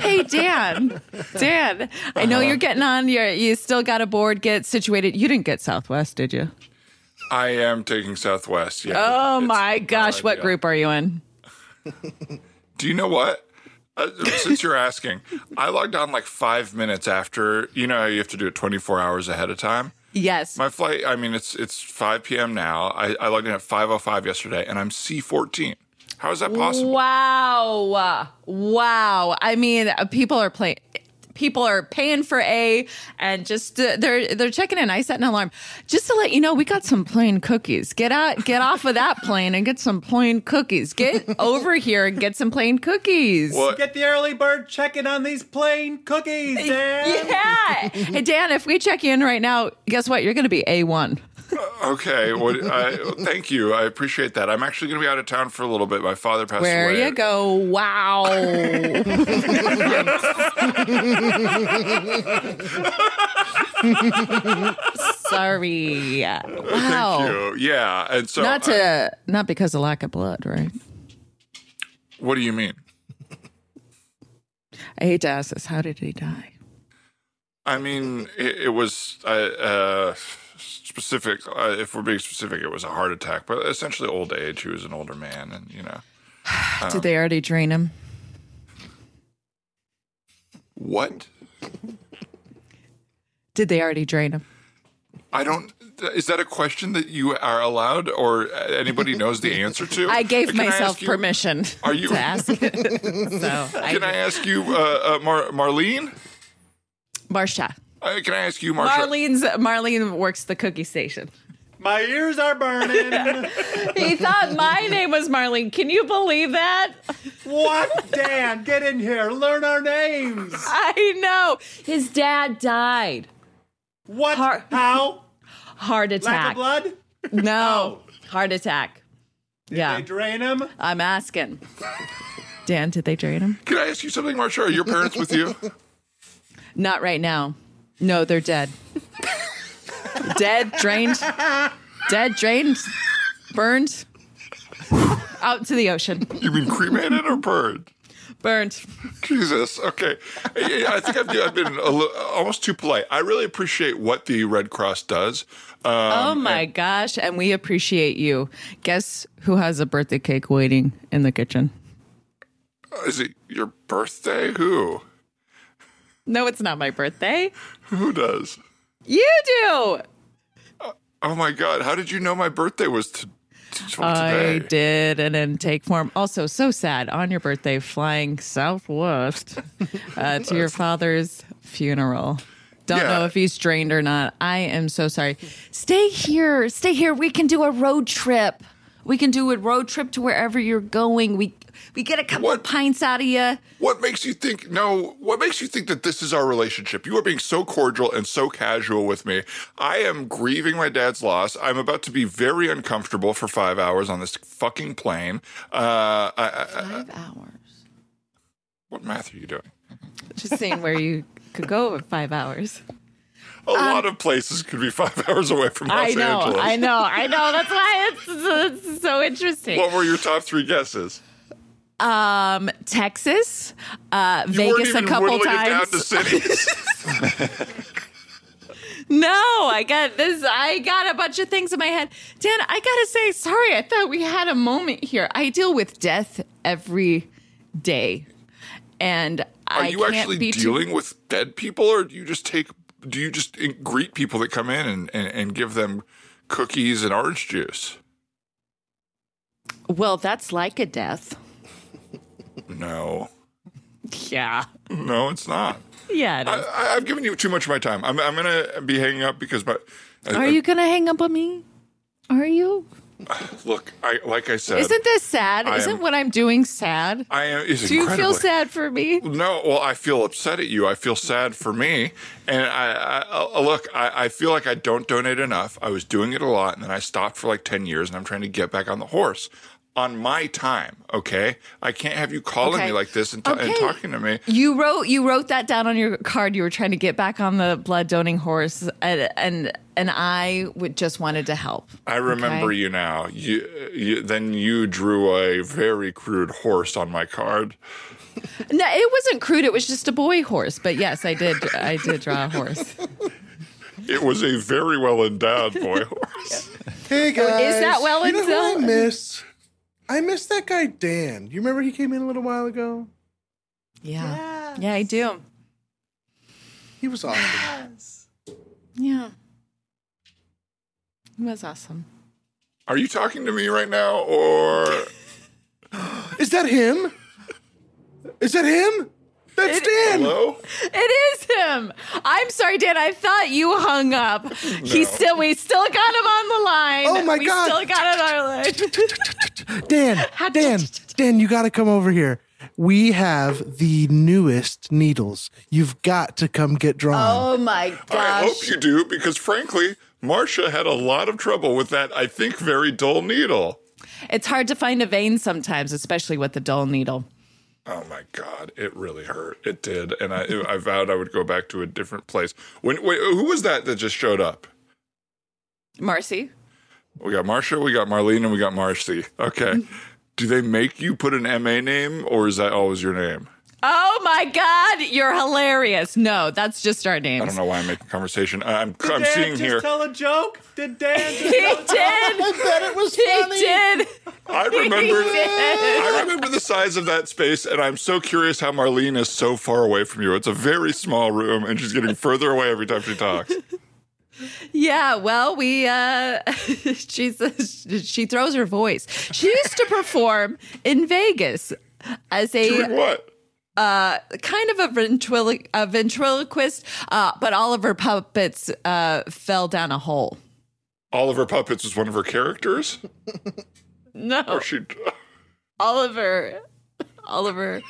Speaker 4: Hey Dan, Dan, I know
Speaker 1: Uh-huh.
Speaker 4: you're getting on. You're you still got a board. Get situated. You didn't get Southwest, did you?
Speaker 1: I am taking Southwest. Yeah.
Speaker 4: Oh
Speaker 1: It's
Speaker 4: my gosh,
Speaker 1: not
Speaker 4: what
Speaker 1: ideal.
Speaker 4: group are you in?
Speaker 1: Do you know what? Uh, since you're asking, I logged on like five minutes after. You know how you have to do it 24 hours ahead of time.
Speaker 4: Yes.
Speaker 1: My flight. I mean, it's it's 5 p.m. now. I, I logged in at 5:05 yesterday, and I'm C14. How is that possible?
Speaker 4: Wow. Wow. I mean, uh, people are playing people are paying for a and just uh, they're they're checking in. I set an alarm. Just to let you know, we got some plain cookies. Get out get off of that plane and get some plain cookies. Get over here and get some plain cookies.
Speaker 1: Well,
Speaker 7: Get the early bird checking on these plain cookies, Dan.
Speaker 4: Yeah. hey Dan, if we check you in right now, guess what? You're going to be A1.
Speaker 1: Okay. What, I, thank you. I appreciate that. I'm actually going to be out of town for a little bit. My father passed
Speaker 4: There
Speaker 1: away.
Speaker 4: you go. Wow. Sorry. Wow.
Speaker 1: Thank you. Yeah. And so,
Speaker 4: Not
Speaker 1: I-
Speaker 4: to not because of lack of blood, right?
Speaker 1: what do you mean?
Speaker 4: I hate to ask this. How did he die?
Speaker 1: I mean, it, it was uh, uh, specific. Uh, if we're being specific, it was a heart attack, but essentially old age. He was an older man, and you know Uh-huh.
Speaker 4: Did they already drain him?
Speaker 1: what?
Speaker 4: Did they already drain him?
Speaker 1: I don't. Is that a question that you are allowed, or anybody knows the answer to?
Speaker 4: I gave
Speaker 1: Can
Speaker 4: myself
Speaker 1: ask you-
Speaker 4: permission
Speaker 1: Are you-
Speaker 4: to ask it. so
Speaker 1: Can I ask you, uh, uh, Mar- Marlene?
Speaker 4: Marsha.
Speaker 1: Uh, can I ask you, Marsha?
Speaker 4: Marlene's Marlene works the cookie station.
Speaker 7: My ears are burning.
Speaker 4: He thought my name was Marlene. Can you believe that?
Speaker 7: what, Dan? Get in here. Learn our names.
Speaker 4: I know. His dad died.
Speaker 7: What?
Speaker 4: Har-
Speaker 7: How?
Speaker 4: Heart
Speaker 7: Lack of
Speaker 4: attack.
Speaker 7: blood? Oh.
Speaker 4: No. Heart attack. Yeah.
Speaker 7: They drain him.
Speaker 4: I'm asking. Dan, did they drain him?
Speaker 1: Can I ask you something, Marsha? Are your parents with you?
Speaker 4: Not right now. No, they're dead. dead, drained. Dead, drained, burned. Out to the ocean.
Speaker 1: You mean cremated or burned?
Speaker 4: Burned.
Speaker 1: Jesus. Okay. Yeah, I think I've, I've been a li- almost too polite. I really appreciate what the Red Cross does. Um,
Speaker 4: Oh my gosh. And we appreciate you. Guess who has a birthday cake waiting in the kitchen?
Speaker 1: Oh, is it your birthday? Who?
Speaker 4: No, it's not my birthday.
Speaker 1: Who does?
Speaker 4: You do.
Speaker 1: Oh my God. How did you know my birthday was t- t- today?
Speaker 4: I did an intake form. Also, so sad on your birthday, flying Southwest uh, to your father's funeral. Don't
Speaker 1: Yeah.
Speaker 4: know if he's drained or not. I am so sorry. Stay here. Stay here. We can do a road trip. We can do a road trip to wherever you're going. We we get a couple
Speaker 1: What?
Speaker 4: of pints out of you.
Speaker 1: What makes you think? No. What makes you think that this is our relationship? You are being so cordial and so casual with me. I am grieving my dad's loss. I'm about to be very uncomfortable for five hours on this fucking plane. Uh, I, I,
Speaker 4: Five hours.
Speaker 1: what math are you doing?
Speaker 4: Just seeing where you could go in five hours.
Speaker 1: A lot of places could be five hours away from Los
Speaker 4: Um, I know,
Speaker 1: Angeles.
Speaker 4: I know, I know. That's why it's, it's so interesting.
Speaker 1: What were your top three guesses?
Speaker 4: Um, Texas, uh,
Speaker 1: You
Speaker 4: Vegas a
Speaker 1: weren't even
Speaker 4: couple
Speaker 1: whittling it down
Speaker 4: times.
Speaker 1: to cities.
Speaker 4: No, I got this. I got a bunch of things in my head. Dan, I gotta say, sorry. I thought we had a moment here. I deal with death every day, and
Speaker 1: Are
Speaker 4: I
Speaker 1: you
Speaker 4: can't
Speaker 1: actually
Speaker 4: be too-
Speaker 1: dealing with dead people, or do you just take? Do you just in- greet people that come in and, and, and give them cookies and orange juice?
Speaker 4: well, that's like a death.
Speaker 1: No,
Speaker 4: Yeah,
Speaker 1: no, it's not.
Speaker 4: yeah. It
Speaker 1: I,
Speaker 4: is.
Speaker 1: I, I've given you too much of my time. I'm, I'm gonna be hanging up because my. I-
Speaker 4: Are you gonna hang up on me? Are you?
Speaker 1: I- look, I like I said,
Speaker 4: Isn't this sad?
Speaker 1: I
Speaker 4: Isn't
Speaker 1: am-
Speaker 4: what I'm doing sad?
Speaker 1: I am. It's
Speaker 4: Do you feel
Speaker 1: incredibly-
Speaker 4: sad for me?
Speaker 1: No, well, I feel upset at you. I feel sad for me, and I, I, I look. I, I feel like I don't donate enough. I was doing it a lot, and then I stopped for like ten years, and I'm trying to get back on the horse on my time. Okay, I can't have you calling
Speaker 4: Okay.
Speaker 1: me like this and, t- and
Speaker 4: Okay.
Speaker 1: talking to me.
Speaker 4: You wrote you wrote that down on your card. You were trying to get back on the blood donating horse, and and, and I would just wanted to help.
Speaker 1: I remember
Speaker 4: Okay.
Speaker 1: you now. You, you then you drew a very crude horse on my card.
Speaker 4: No, it wasn't crude. It was just a boy horse. But yes, I did. I did draw a horse. Is
Speaker 1: It was a very well endowed boy horse.
Speaker 3: Oh,
Speaker 8: Hey guys,
Speaker 4: that well
Speaker 8: you know who I
Speaker 4: endowed?
Speaker 8: miss? I miss that guy Dan. You remember he came in a little while ago?
Speaker 4: Yeah. Yeah, I do.
Speaker 8: He was awesome.
Speaker 4: Yeah. It was awesome.
Speaker 1: Are you talking to me right now, or?
Speaker 8: Is that him? Is that him? That's Dan.
Speaker 1: Hello?
Speaker 4: It is him. I'm sorry, Dan. I thought you hung up. He still. We still got him on the line.
Speaker 8: Oh, my
Speaker 4: we
Speaker 8: God.
Speaker 4: Still got him on the line.
Speaker 8: Dan, Dan, Dan, you got to come over here. We have the newest needles. You've got to come get drawn.
Speaker 4: Oh my gosh.
Speaker 1: I hope you do, because frankly, Marcia had a lot of trouble with that, I think, very dull needle.
Speaker 4: It's hard to find a vein sometimes, especially with the dull needle.
Speaker 1: Oh my God, it really hurt. It did. And I, I vowed I would go back to a different place. When, wait, who was that that just showed up?
Speaker 4: Marcy,
Speaker 1: We got Marcia, we got Marlene, and we got Marcy. Okay. Do they make you put an MA name, or is that always your name?
Speaker 4: Oh my God, you're hilarious. No, that's just our names.
Speaker 1: I don't know why I'm making conversation. I- I'm, I'm seeing here.
Speaker 7: tell a joke? Did Dan just
Speaker 4: He did.
Speaker 8: bet it was
Speaker 4: He did.
Speaker 1: I
Speaker 4: He
Speaker 1: remember.
Speaker 4: did.
Speaker 1: I remember the size of that space, and I'm so curious how Marlene is so far away from you. It's a very small room, and she's getting further away every time she talks.
Speaker 4: Yeah, well, we uh she's she throws her voice. She used to perform in Vegas as
Speaker 1: Doing
Speaker 4: a
Speaker 1: what?
Speaker 4: uh, kind of a, ventrilo- a ventriloquist, uh, but all of her puppets uh, fell down a hole.
Speaker 1: Oliver Puppets was one of her characters.
Speaker 4: No,
Speaker 7: Oh.
Speaker 1: Or she.
Speaker 4: all of her, all of her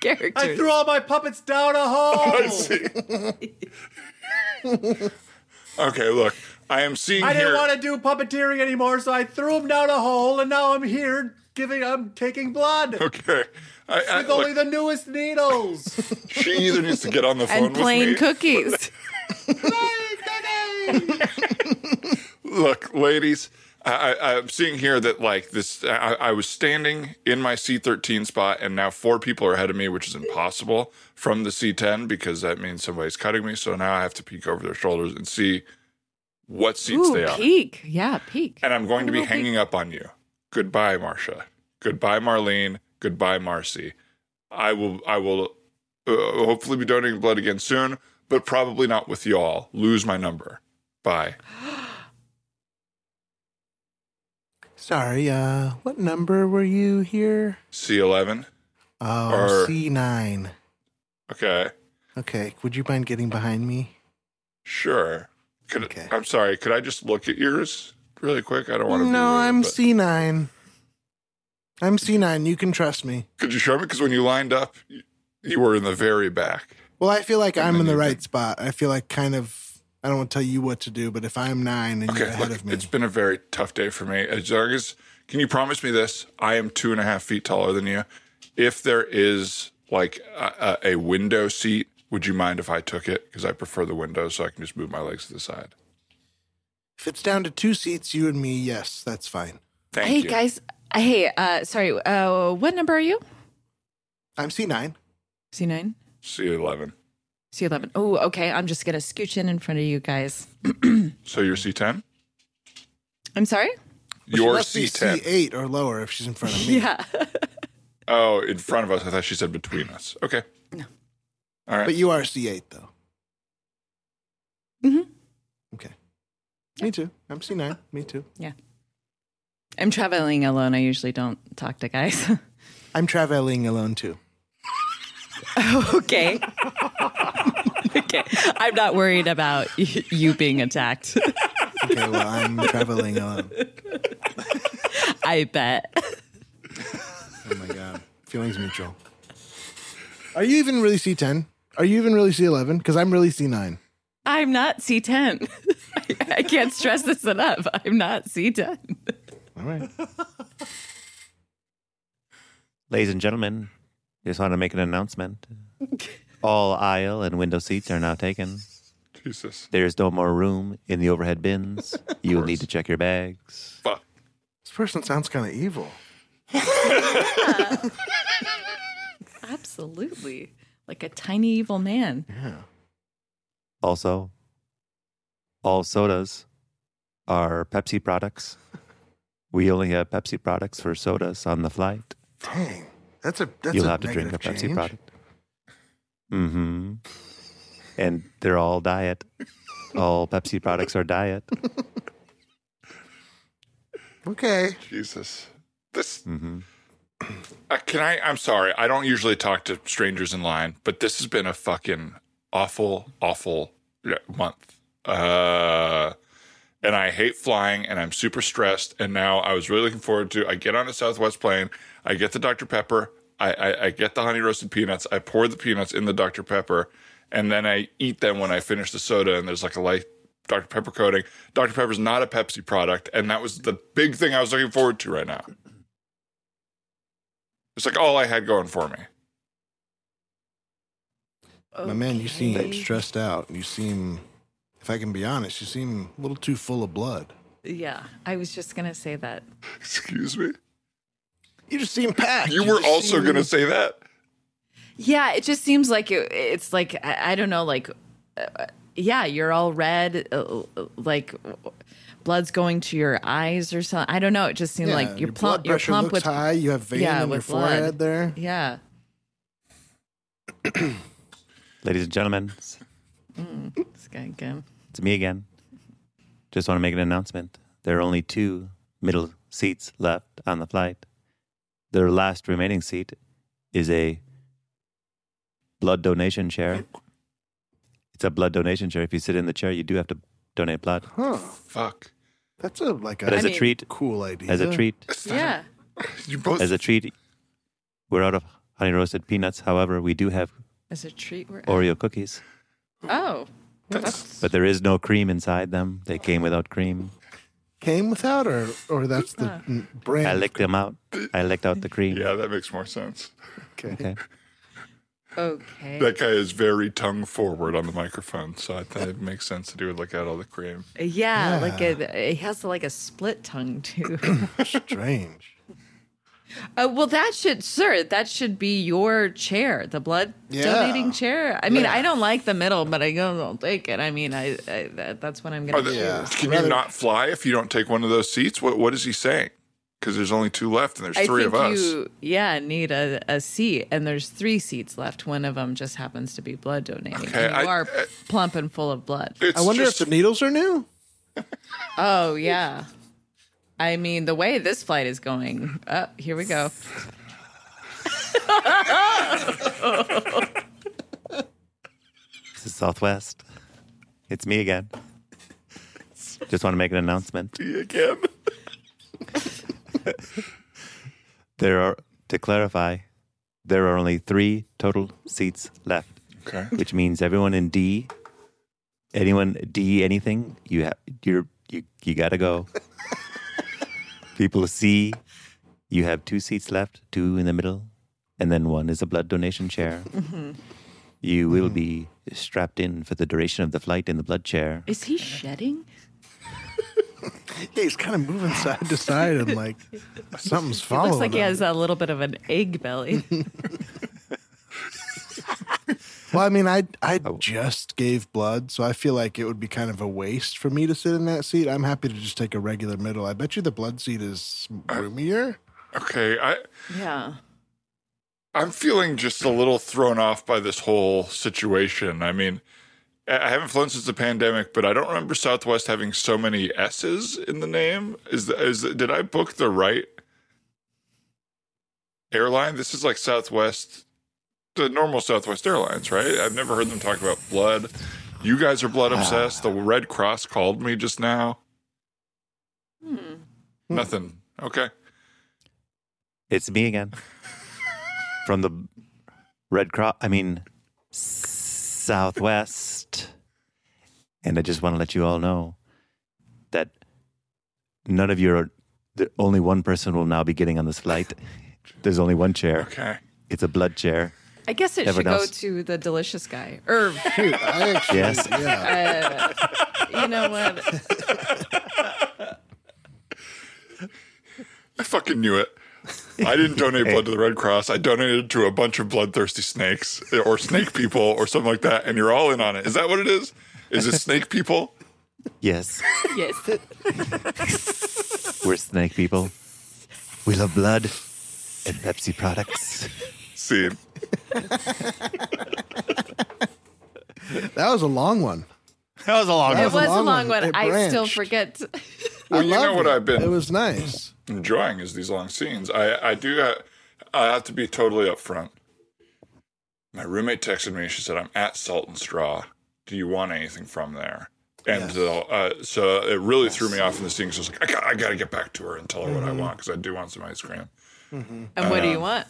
Speaker 4: characters.
Speaker 7: I threw all my puppets down a hole.
Speaker 1: I see. okay, look. I am seeing
Speaker 7: I
Speaker 1: here.
Speaker 7: didn't want to do puppeteering anymore, so I threw him down a hole, and now I'm here giving. I'm taking blood
Speaker 1: Okay. I, I,
Speaker 7: with only
Speaker 1: look,
Speaker 7: the newest needles.
Speaker 1: she either needs to get on the phone
Speaker 4: and plain
Speaker 1: with me.
Speaker 4: cookies.
Speaker 1: Look, ladies, I, I, I'm seeing here that like this, I, I was standing in my C13 spot, and now four people are ahead of me, which is impossible from the C10 because that means somebody's cutting me. So now I have to peek over their shoulders and see what seats
Speaker 4: Ooh,
Speaker 1: they are.
Speaker 4: peak. Yeah, peak.
Speaker 1: And I'm going to be
Speaker 4: Little peak.
Speaker 1: hanging up on you. Goodbye, Marcia. Goodbye, Marlene. Goodbye, Marcy. I will. I will. Uh, hopefully, be donating blood again soon, but probably not with y'all. Lose my number. Bye.
Speaker 8: Sorry, uh, what number were you here?
Speaker 1: C11.
Speaker 8: Oh,
Speaker 1: Or-
Speaker 8: C9.
Speaker 1: Okay.
Speaker 8: Okay, would you mind getting behind me?
Speaker 1: Sure. Could
Speaker 8: Okay.
Speaker 1: I'm sorry. Could I just look at yours really quick? I don't want to.
Speaker 8: No, I'm
Speaker 1: But,
Speaker 8: C9. I'm C9. You can trust me.
Speaker 1: could you show me? Because when you lined up, you, you were in the very back.
Speaker 8: Well, I feel like I'm
Speaker 1: then
Speaker 8: in the
Speaker 1: you
Speaker 8: right spot. I feel like kind of. I don't want to tell you what to do, but if I'm nine and you're
Speaker 1: Okay.
Speaker 8: ahead
Speaker 1: Look,
Speaker 8: of me,
Speaker 1: it's been a very tough day for me. As long as can you promise me this? I am two and a half feet taller than you. If there is like a, a, a window seat Would you mind if I took it? Because I prefer the window so I can just move my legs to the side.
Speaker 3: If it's down to two seats, you and me, yes, that's fine.
Speaker 1: Thank
Speaker 4: hey
Speaker 1: you.
Speaker 4: guys, uh, hey, uh, sorry, uh, what number are you?
Speaker 3: I'm C9.
Speaker 4: C nine,
Speaker 1: See you at 11.
Speaker 4: C eleven. Oh, okay. I'm just gonna scooch in in front of you guys.
Speaker 1: So you're C10?
Speaker 4: I'm sorry.
Speaker 1: You're
Speaker 3: Must be
Speaker 1: C10.
Speaker 3: C8 or lower if she's in front of me.
Speaker 4: Yeah.
Speaker 1: Oh, in front of us. I thought she said between us. Okay.
Speaker 4: No.
Speaker 1: All right.
Speaker 3: But you are C8 though.
Speaker 4: Mhm.
Speaker 3: Okay. Me too. I'm C9. Me too.
Speaker 4: I'm traveling alone. I usually don't talk to guys.
Speaker 3: I'm traveling alone too.
Speaker 4: okay. okay. I'm not worried about y- you being attacked.
Speaker 3: Okay, well, I'm traveling alone.
Speaker 4: I bet.
Speaker 3: Oh my god. Feelings mutual. Are you even really C10? Are you even really C11? Because I'm really C9.
Speaker 4: I'm not C10. I, I can't stress this enough. I'm not C10.
Speaker 3: All right.
Speaker 5: Ladies and gentlemen, just want to make an announcement. All aisle and window seats are now taken.
Speaker 1: Jesus.
Speaker 5: There's no more room in the overhead bins. You will need to check your bags.
Speaker 1: Fuck.
Speaker 3: This person sounds kind of evil.
Speaker 4: Absolutely. Like a tiny evil man.
Speaker 5: Also, all sodas are Pepsi products. We only have Pepsi products for sodas on the flight.
Speaker 3: Dang. That's a that's
Speaker 5: You'll
Speaker 3: a
Speaker 5: have to drink a
Speaker 3: negative
Speaker 5: Pepsi
Speaker 3: change.
Speaker 5: product. Mm-hmm. And they're all diet. All Pepsi products are diet.
Speaker 3: Okay.
Speaker 1: Jesus. This.
Speaker 5: Mm-hmm.
Speaker 1: Uh, can I? I'm sorry. I don't usually talk to strangers in line, but this has been a fucking awful, awful yeah, month. Uh, and I hate flying, and I'm super stressed. And now I was really looking forward to. I get on a Southwest plane. I get the Dr Pepper. I, I, I get the honey roasted peanuts. I pour the peanuts in the Dr Pepper, and then I eat them when I finish the soda. And there's like a light Dr Pepper coating. Dr Pepper's not a Pepsi product, and that was the big thing I was looking forward to right now. It's like all I had going for me.
Speaker 3: My man, you seem
Speaker 4: Okay.
Speaker 3: stressed out. You seem if I can be honest, you seem a little too full of blood.
Speaker 4: Yeah, I was just going to say that.
Speaker 1: Excuse me?
Speaker 3: You just seem packed.
Speaker 1: You were
Speaker 3: just
Speaker 1: also
Speaker 3: seem-
Speaker 1: going to say that?
Speaker 4: Yeah, it just seems like it, it's like I, I don't know, like uh, yeah, you're all red, uh, uh, like uh, blood's going to your eyes or something. I don't know. It just seemed
Speaker 3: Yeah,
Speaker 4: like you're
Speaker 3: your blood
Speaker 4: plump. You're
Speaker 3: pressure
Speaker 4: plump
Speaker 3: looks
Speaker 4: with
Speaker 3: high. You have vein
Speaker 4: yeah,
Speaker 3: in your
Speaker 4: with blood.
Speaker 3: forehead there.
Speaker 4: yeah.
Speaker 5: Ladies and gentlemen, it's
Speaker 4: It's good, good.
Speaker 5: it's me again. Just want to make an announcement. There are only two middle seats left on the flight. Their last remaining seat is a blood donation chair. It's a blood donation chair. If you sit in the chair, you do have to donate blood.
Speaker 3: Huh.
Speaker 1: Fuck.
Speaker 3: That's a like
Speaker 5: But
Speaker 3: a
Speaker 5: as
Speaker 4: mean-
Speaker 5: a treat,
Speaker 3: cool idea.
Speaker 5: as a treat,
Speaker 4: Yeah.
Speaker 1: You both.
Speaker 5: as a treat, we're out of honey roasted peanuts. However, we do have
Speaker 4: As a treat, we're
Speaker 5: Oreo cookies,
Speaker 4: oh,
Speaker 5: but there is no cream inside them. They came without cream.
Speaker 3: Came without or or that's the mm, brand.
Speaker 5: I licked them out. I licked out the cream.
Speaker 1: yeah, that makes more sense.
Speaker 3: Okay.
Speaker 5: Okay.
Speaker 4: okay.
Speaker 1: That guy is very tongue forward on the microphone, so I thought it makes sense that he would lick out all the cream.
Speaker 4: yeah,
Speaker 3: Yeah.
Speaker 4: like a, it has like a split tongue too.
Speaker 3: Strange.
Speaker 4: Uh, well, that should, sir, that should be your chair, the blood
Speaker 3: Yeah.
Speaker 4: donating chair. I mean, I don't like the middle, but I don't don't take it. I mean, I, I that, that's what I'm
Speaker 1: Are
Speaker 4: gonna
Speaker 1: the-
Speaker 4: do.
Speaker 3: Yeah.
Speaker 1: Can you not fly if you don't take one of those seats? What What is he saying? Because there's only two left, and there's
Speaker 4: I
Speaker 1: three
Speaker 4: think
Speaker 1: of us.
Speaker 4: you, yeah, need a, a seat, and there's three seats left. One of them just happens to be blood donating.
Speaker 1: Okay,
Speaker 4: and you
Speaker 1: I-
Speaker 4: are
Speaker 1: I-
Speaker 4: plump and full of blood.
Speaker 1: It's
Speaker 3: I wonder
Speaker 1: just,
Speaker 3: if the needles are new.
Speaker 4: Oh yeah. I mean, the way this flight is going, oh, here we go.
Speaker 5: This is Southwest. It's me again. Just want to make an announcement.
Speaker 1: again.
Speaker 5: There are, to clarify, there are only three total seats left,
Speaker 1: Okay.
Speaker 5: which means everyone in D, anyone D anything, you have you're you you gotta go. People C, you have two seats left, two in the middle, and then one is a blood donation chair. You will be strapped in for the duration of the flight in the blood chair.
Speaker 4: Is he shedding?
Speaker 3: Yeah, he's kind of moving side to side.
Speaker 8: Side and like something's following.
Speaker 4: Looks like he
Speaker 8: him.
Speaker 4: has a little bit of an egg belly.
Speaker 8: Well, I mean, I I just gave blood, so I feel like it would be kind of a waste for me to sit in that seat. I'm happy to just take a regular middle. I bet you the blood seat is roomier.
Speaker 1: Okay, I
Speaker 4: yeah.
Speaker 1: I'm feeling just a little thrown off by this whole situation. I mean, I I haven't flown since the pandemic, but I don't remember Southwest having so many S's in the name. Is the, is the, did I book the right airline? This is like Southwest, the normal Southwest Airlines, right? I've never heard them talk about blood. You guys are blood obsessed. The Red Cross called me just now. Nothing. Okay.
Speaker 5: It's me again. From the Red Cross, I mean, Southwest. And I just want to let you all know that none of your, the, only one person will now be getting on this flight. There's only one chair.
Speaker 1: Okay.
Speaker 5: It's a blood chair.
Speaker 4: I guess it
Speaker 5: Everyone
Speaker 4: should go
Speaker 5: else.
Speaker 4: to the delicious guy. Or
Speaker 3: Dude, I actually,
Speaker 5: Yes.
Speaker 3: yeah.
Speaker 4: you know what?
Speaker 1: I fucking knew it. I didn't donate blood to the Red Cross. I donated to a bunch of bloodthirsty snakes or snake people or something like that. And you're all in on it. Is that what it is? Is it snake people?
Speaker 5: Yes.
Speaker 4: Yes.
Speaker 5: We're snake people. We love blood and Pepsi products.
Speaker 1: See,
Speaker 3: That was a long one.
Speaker 5: That was a long
Speaker 4: It was a long,
Speaker 3: long
Speaker 4: one.
Speaker 3: one. It
Speaker 4: I still
Speaker 3: branched.
Speaker 4: forget.
Speaker 1: well, you know
Speaker 3: loved
Speaker 1: what
Speaker 3: it.
Speaker 1: I've been
Speaker 3: It was nice.
Speaker 1: enjoying is these long scenes. I, I do, uh, I have to be totally upfront. My roommate texted me. She said, I'm at Salt and Straw. Do you want anything from there? And so, uh, so it really threw me off in the scene. So I was like, I got, I got to get back to her and tell her
Speaker 3: Mm-hmm.
Speaker 1: what I want because I do want some ice cream.
Speaker 4: And what do you want?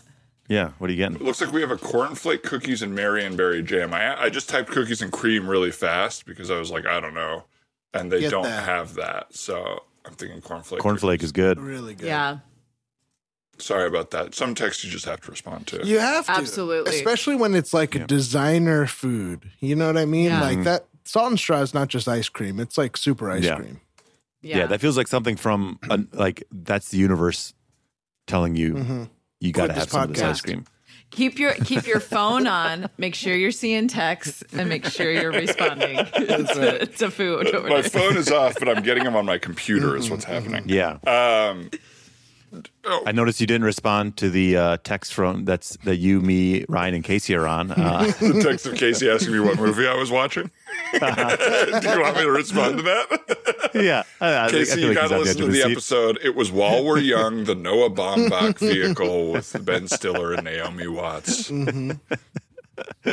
Speaker 5: Yeah, what are you getting?
Speaker 1: Looks like we have a cornflake cookies and Marionberry jam. I, I just typed cookies and cream really fast because I was like, I don't know. And they
Speaker 3: Get
Speaker 1: don't
Speaker 3: that.
Speaker 1: have that. So I'm thinking cornflake.
Speaker 5: Cornflake is good.
Speaker 3: Really good.
Speaker 4: Yeah.
Speaker 1: Sorry about that. Some text you just have to respond to.
Speaker 3: You have to.
Speaker 4: Absolutely.
Speaker 3: Especially when it's like a designer food. You know what I mean?
Speaker 4: Yeah.
Speaker 3: Like that salt and straw is not just ice cream. It's like super ice
Speaker 5: Yeah.
Speaker 3: cream.
Speaker 5: Yeah. that feels like something from an, like that's the universe telling you you got to
Speaker 3: Quit Mm-hmm.
Speaker 5: have
Speaker 3: this
Speaker 5: some of this
Speaker 3: podcast.
Speaker 5: ice cream.
Speaker 4: keep your keep your phone on. Make sure you're seeing texts and make sure you're responding to, to food.
Speaker 1: My
Speaker 4: Orders.
Speaker 1: phone is off, but I'm getting them on my computer, is what's happening.
Speaker 5: Yeah,
Speaker 1: Um, oh.
Speaker 5: I noticed you didn't respond to the uh, text from that's that you, me, Ryan, and Casey are on. Uh,
Speaker 1: the text of Casey asking me what movie I was watching. do you want me to respond to that?
Speaker 5: yeah, I, I think- I
Speaker 1: Casey,
Speaker 5: feel
Speaker 1: you
Speaker 5: like he's
Speaker 1: gotta
Speaker 5: on
Speaker 1: listen
Speaker 5: edge
Speaker 1: to
Speaker 5: of
Speaker 1: the
Speaker 5: his seat.
Speaker 1: episode. It was while we're young, the Noah Baumbach vehicle with Ben Stiller and Naomi Watts.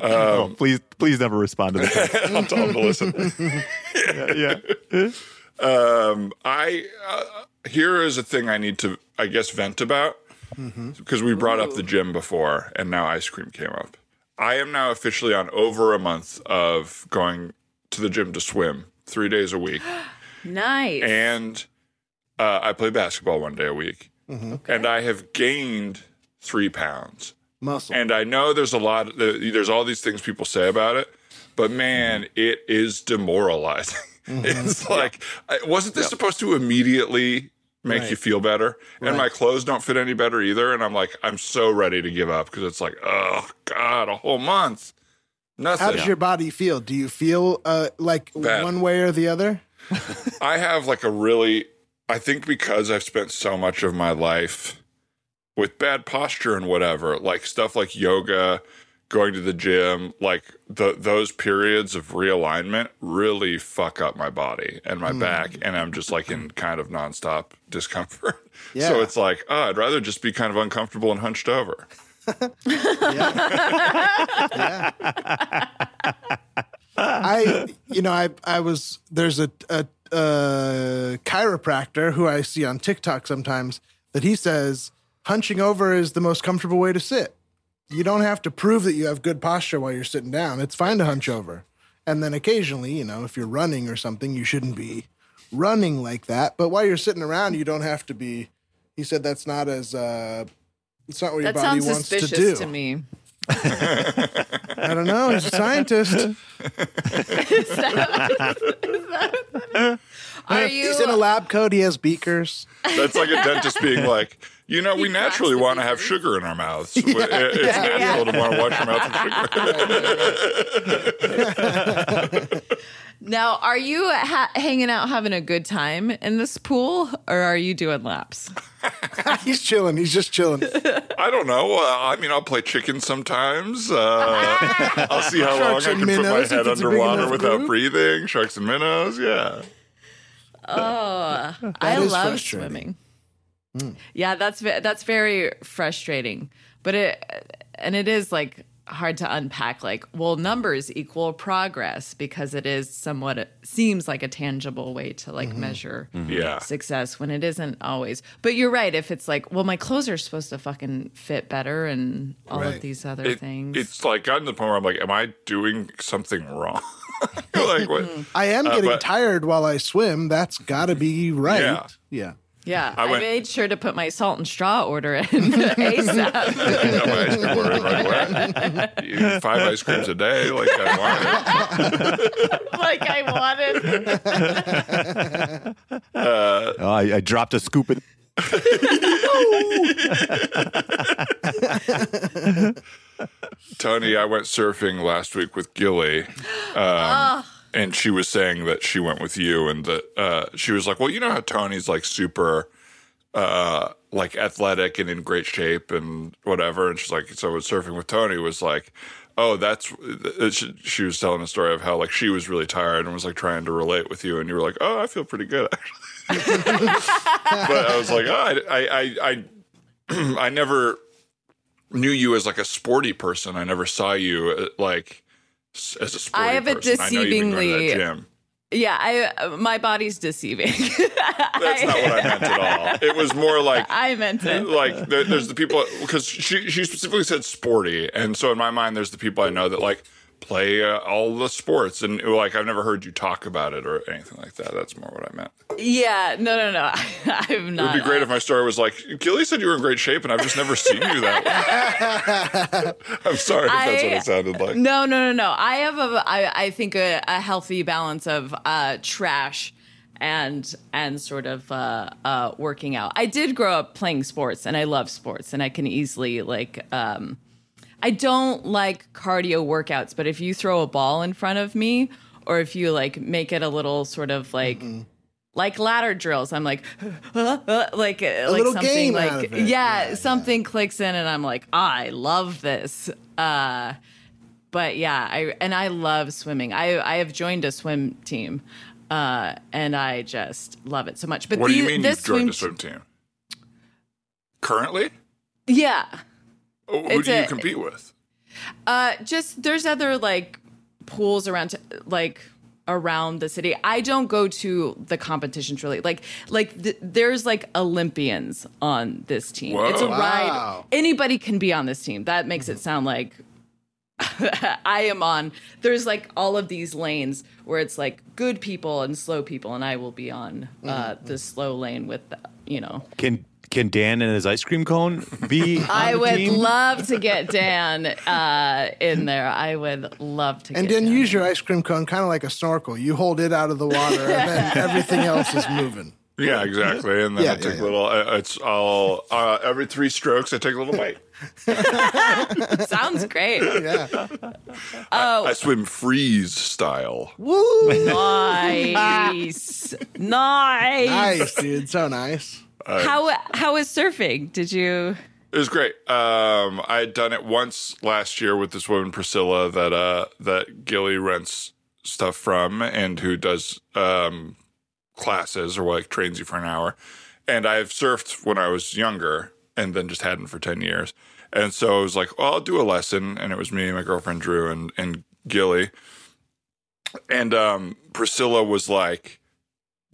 Speaker 5: Oh, please, please never respond to the text.
Speaker 1: I'll tell him to listen.
Speaker 5: yeah,
Speaker 1: Um, I uh, here is a thing I need to, I guess, vent about because we brought up the gym before, and now ice cream came up. I am now officially on over a month of going to the gym to swim three days a week.
Speaker 4: Nice.
Speaker 1: and uh, I play basketball one day a week, and I have gained three pounds.
Speaker 3: Muscle.
Speaker 1: And I know there's a lot. There's all these things people say about it, but man, it is demoralizing. it's like, I- wasn't this supposed to immediately make you feel better? And my clothes don't fit any better either. And I'm like, I'm so ready to give up because it's like, oh god, a whole month, nothing.
Speaker 3: How does your body feel? Do you feel uh, like
Speaker 1: Bad.
Speaker 3: one way or the other?
Speaker 1: I have like a really, I think because I've spent so much of my life with bad posture and whatever, like stuff like yoga, going to the gym, like the, those periods of realignment really fuck up my body and my back. And I'm just like in kind of nonstop discomfort. So
Speaker 3: Yeah.
Speaker 1: it's like, oh, I'd rather just be kind of uncomfortable and hunched over.
Speaker 3: I, you know, I I was there's a, a, a chiropractor who I see on TikTok sometimes that he says hunching over is the most comfortable way to sit. You don't have to prove that you have good posture while you're sitting down. It's fine to hunch over. And then occasionally, you know, if you're running or something, you shouldn't be running like that. But while you're sitting around, you don't have to be. He said that's not as uh, it's not what your
Speaker 4: that
Speaker 3: body
Speaker 4: sounds
Speaker 3: wants to
Speaker 4: suspicious
Speaker 3: do.
Speaker 4: to, me.
Speaker 3: I don't know. He's a scientist.
Speaker 4: Are you?
Speaker 3: He's in a lab coat. He has beakers.
Speaker 1: That's like a dentist being like, you know, we
Speaker 4: cracks
Speaker 1: naturally
Speaker 4: the
Speaker 1: want to have
Speaker 4: beakers.
Speaker 1: sugar in our mouths. It- it's natural to want to wash your mouth with sugar.
Speaker 4: Now, are you ha- hanging out having a good time in this pool or are you doing laps?
Speaker 3: He's chilling. He's just chilling.
Speaker 1: I don't know. Uh, I mean, I'll play chicken sometimes. Uh, I'll see how long I can
Speaker 3: Sharks
Speaker 1: put
Speaker 3: and
Speaker 1: my
Speaker 3: minnows,
Speaker 1: head
Speaker 3: if it's a big
Speaker 1: underwater
Speaker 3: enough
Speaker 1: without
Speaker 3: group.
Speaker 1: breathing. Sharks and minnows, yeah.
Speaker 4: I
Speaker 3: is
Speaker 4: love
Speaker 3: frustrating. Mm.
Speaker 4: swimming. Yeah, that's ve- that's very frustrating. But it and it is like hard to unpack like well numbers equal progress because it is somewhat it seems like a tangible way to
Speaker 3: Mm-hmm.
Speaker 4: like measure
Speaker 1: Mm-hmm. Yeah.
Speaker 4: success when it isn't always but you're right if it's like well my clothes are supposed to fucking fit better and all of
Speaker 3: Right.
Speaker 4: these other
Speaker 1: It-
Speaker 4: things
Speaker 1: It's like gotten to the point where I'm like, am I doing something wrong? like, what?
Speaker 3: I am getting
Speaker 1: Uh, but-
Speaker 3: tired while I swim. That's got to be right.
Speaker 1: Yeah.
Speaker 3: yeah.
Speaker 4: yeah
Speaker 1: I
Speaker 4: I,
Speaker 1: went-
Speaker 4: made sure to put my salt and straw order in asap
Speaker 1: Got my ice cream order in right away. Eating Five ice creams a day, like I wanted.
Speaker 4: like i wanted
Speaker 5: Oh, I, I dropped a scoop. In.
Speaker 1: Tony, I went surfing last week with Gilly. Um, And she was saying that she went with you, and that uh, she was like, "Well, you know how Tony's like super, uh, like athletic and in great shape and whatever." And she's like, "So with surfing with Tony was like, oh, that's." uh, She, she was telling a story of how like she was really tired and was like trying to relate with you, and you were like, "Oh, I feel pretty good actually." but I was like, oh, I, I, I, I, I never knew you as like a sporty person. I never saw you uh, like s- as a sporty
Speaker 4: I have a
Speaker 1: person. I know you've been going to that
Speaker 4: deceivingly-
Speaker 1: gym.
Speaker 4: Yeah, I uh, my body's deceiving.
Speaker 1: That's not what I meant at all. It was more like
Speaker 4: I meant it.
Speaker 1: like there, there's the people because she she specifically said sporty, and so in my mind there's the people I know that like play uh, all the sports, and like I've never heard you talk about it or anything like that. That's more what I meant.
Speaker 4: Yeah, no, no, no. I'm
Speaker 1: It
Speaker 4: not.
Speaker 1: would be great if my story was like Gilly said you were in great shape, and I've just never seen you that way. I'm sorry if that's what
Speaker 4: I-
Speaker 1: it sounded like.
Speaker 4: No, no, no, no. I have a, I, I think a, a healthy balance of uh, trash and and sort of uh, uh, working out. I did grow up playing sports, and I love sports, and I can easily like. Um, I don't like cardio workouts, but if you throw a ball in front of me, or if you like make it a little sort of like.
Speaker 3: Mm-hmm.
Speaker 4: Like ladder drills, I'm like, like, a like
Speaker 3: little
Speaker 4: something
Speaker 3: game
Speaker 4: like,
Speaker 3: out of it.
Speaker 4: yeah, something clicks in, and I'm like, I love this. Uh, but yeah, I and I love swimming. I I have joined a swim team, uh, and I just love it so much. But
Speaker 1: What do you
Speaker 4: the-
Speaker 1: mean
Speaker 4: this
Speaker 1: you've joined a swim team? Currently,
Speaker 4: Yeah,
Speaker 1: who
Speaker 4: It's
Speaker 1: do you
Speaker 4: a-
Speaker 1: compete with?
Speaker 4: uh, just there's other like pools around t- like around the city. I don't go to the competitions really. Like like th- there's like Olympians on this team.
Speaker 1: Whoa.
Speaker 4: It's a ride.
Speaker 3: Wow.
Speaker 4: Anybody can be on this team. That makes it sound like I am on. There's like all of these lanes where it's like good people and slow people, and I will be on uh, the slow lane with the, you know.
Speaker 5: Can can Dan and his ice cream cone be? on
Speaker 4: I
Speaker 5: the
Speaker 4: would
Speaker 5: team?
Speaker 4: love to get Dan uh, in there. I would love to.
Speaker 3: And
Speaker 4: get
Speaker 3: then
Speaker 4: Dan.
Speaker 3: use your ice cream cone kind of like a snorkel. You hold it out of the water, and then everything else is moving.
Speaker 1: Yeah, exactly. And then
Speaker 3: Yeah,
Speaker 1: I take
Speaker 3: yeah, yeah.
Speaker 1: little. I- It's all uh, every three strokes. I take a little bite.
Speaker 4: Sounds great.
Speaker 3: Yeah.
Speaker 1: I swim freeze style.
Speaker 3: Woo!
Speaker 4: Nice. nice.
Speaker 3: nice, dude. So nice.
Speaker 4: How how is surfing? Did you
Speaker 1: It was great. Um, I had done it once last year with this woman Priscilla that uh that Gilly rents stuff from and who does um classes or like trains you for an hour. And I've surfed when I was younger and then just hadn't for ten years. And so I was like, well, I'll do a lesson. And it was me, my girlfriend Drew, and and Gilly. And um Priscilla was like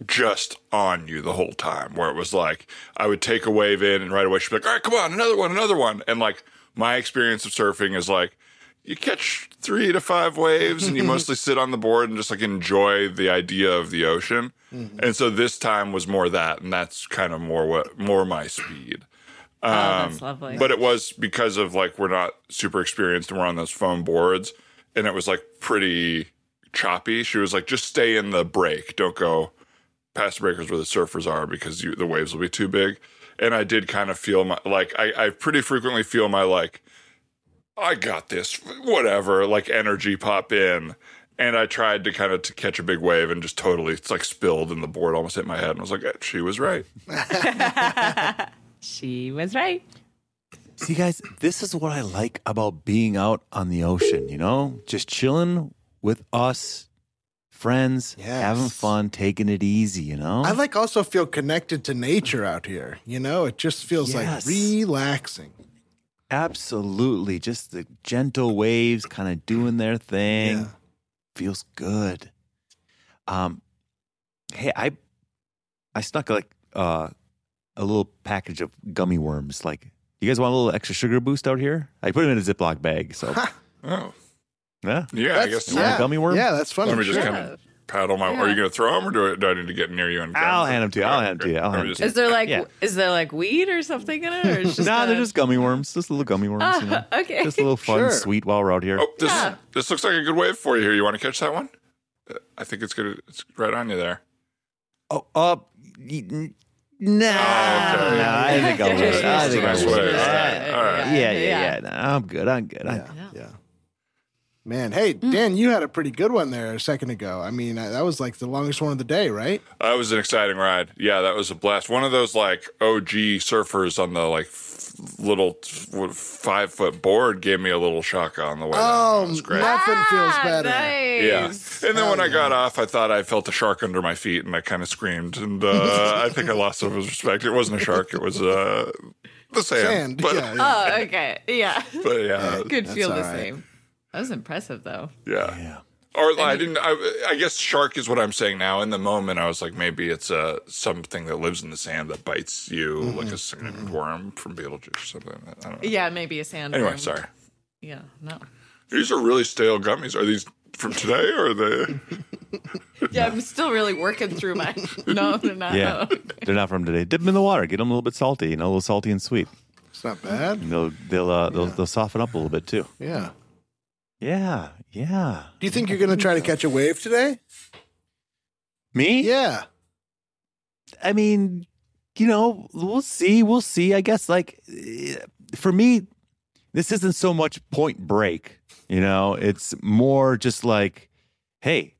Speaker 1: just on you the whole time, where it was like I would take a wave in and right away she'd be like, all right, come on, another one, another one. And like my experience of surfing is like you catch three to five waves and you mostly sit on the board and just like enjoy the idea of the ocean. And so this time was more that, and that's kind of more what more my speed.
Speaker 4: oh, that's lovely.
Speaker 1: Um, But it was because of like we're not super experienced and we're on those foam boards, and it was like pretty choppy. She was like, "Just stay in the break. Don't go past the breakers where the surfers are because you, the waves will be too big." And I did kind of feel my like I, I pretty frequently feel my like I got this, whatever, like energy pop in. And I tried to kind of to catch a big wave and just totally it's like spilled and the board almost hit my head and I was like, "Eh, she was right.
Speaker 4: she was right.
Speaker 5: See, guys, this is what I like about being out on the ocean, you know? Just chilling with us, friends, having fun, taking it easy, you know?
Speaker 8: I like also feel connected to nature out here. You know, it just feels
Speaker 5: Yes.
Speaker 8: like relaxing.
Speaker 5: Absolutely. Just the gentle waves kind of doing their thing.
Speaker 8: Yeah.
Speaker 5: Feels good. Um hey, I I snuck like uh a little package of gummy worms. Like, you guys want a little extra sugar boost out here? I put them in a Ziploc bag. So
Speaker 1: Oh,
Speaker 5: yeah.
Speaker 1: yeah, I
Speaker 8: That's-
Speaker 1: guess.
Speaker 5: You want a gummy worm?
Speaker 8: Yeah, that's funny.
Speaker 1: Let me just
Speaker 4: Sure.
Speaker 1: kind of paddle my. Are you going to throw them, or do I, do I need to get near you and? grab
Speaker 5: I'll
Speaker 1: them?
Speaker 5: hand 'em to you. I'll
Speaker 1: Alright,
Speaker 5: hand 'em to
Speaker 1: great.
Speaker 5: you. I'll
Speaker 1: Let
Speaker 5: hand
Speaker 1: me
Speaker 5: 'em
Speaker 1: just-
Speaker 4: Is there like
Speaker 5: Yeah.
Speaker 4: is there like weed or something in it? Or it's just
Speaker 5: Nah, they're
Speaker 4: a-
Speaker 5: just gummy worms. Just little gummy worms. you know?
Speaker 4: Ah, okay.
Speaker 5: Just a little fun,
Speaker 8: Sure.
Speaker 5: sweet while we're out here.
Speaker 1: Oh, this
Speaker 4: Yeah.
Speaker 1: this looks like a good wave for you here. You want to catch that one? Uh, I think it's gonna. It's right on you there.
Speaker 5: Oh, uh, y- n- nah.
Speaker 1: okay.
Speaker 5: Nah, I think I'll do it. I
Speaker 1: It's a
Speaker 5: think
Speaker 1: nice
Speaker 5: I'll do
Speaker 1: way. All
Speaker 5: it.
Speaker 1: right.
Speaker 4: Yeah,
Speaker 1: All right.
Speaker 5: Yeah, yeah, yeah. Nah, I'm good. I'm good. I-
Speaker 8: yeah, yeah. Man, hey Dan, you had a pretty good one there a second ago. I mean, I- that was like the longest one of the day, right?
Speaker 1: That was an exciting ride. Yeah, that was a blast. One of those like OG surfers on the like f- little five foot board gave me a little shock on the way. down.
Speaker 8: Oh,
Speaker 1: That was great.
Speaker 8: nothing feels
Speaker 4: Ah,
Speaker 8: better.
Speaker 1: Yeah.
Speaker 4: nice.
Speaker 1: And then when I got off, I thought I felt a shark under my feet and I kind of screamed. And uh, I think I lost some of his respect. It wasn't a shark, it was uh, the sand.
Speaker 8: Sand,
Speaker 1: But,
Speaker 8: yeah, yeah.
Speaker 4: Oh, okay. Yeah.
Speaker 1: but yeah,
Speaker 4: Could feel
Speaker 8: all
Speaker 4: the
Speaker 8: right.
Speaker 4: same. That was impressive though.
Speaker 1: yeah. Or I didn't. I, I guess shark is what I'm saying now. In the moment, I was like, maybe it's uh, something that lives in the sand that bites you, like a sand worm from Beetlejuice or something. I don't know.
Speaker 4: Yeah, maybe a sandworm.
Speaker 1: Anyway, sorry.
Speaker 4: Yeah, no.
Speaker 1: These are really stale gummies. Are these from today or are they?
Speaker 4: Yeah, I'm still really working through my. No, they're not.
Speaker 5: yeah. They're not from today. Dip them in the water. Get them a little bit salty, you know, a little salty and sweet.
Speaker 4: Oh.
Speaker 8: It's not bad.
Speaker 5: And they'll, they'll, uh, they'll, they'll soften up a little bit too.
Speaker 8: Yeah.
Speaker 5: Yeah. Yeah.
Speaker 8: Do you think you're going to try to catch a wave today?
Speaker 5: Me?
Speaker 8: Yeah.
Speaker 5: I mean, you know, we'll see. We'll see. I guess, like, eh, for me, this isn't so much point break, you know, it's more just like, hey,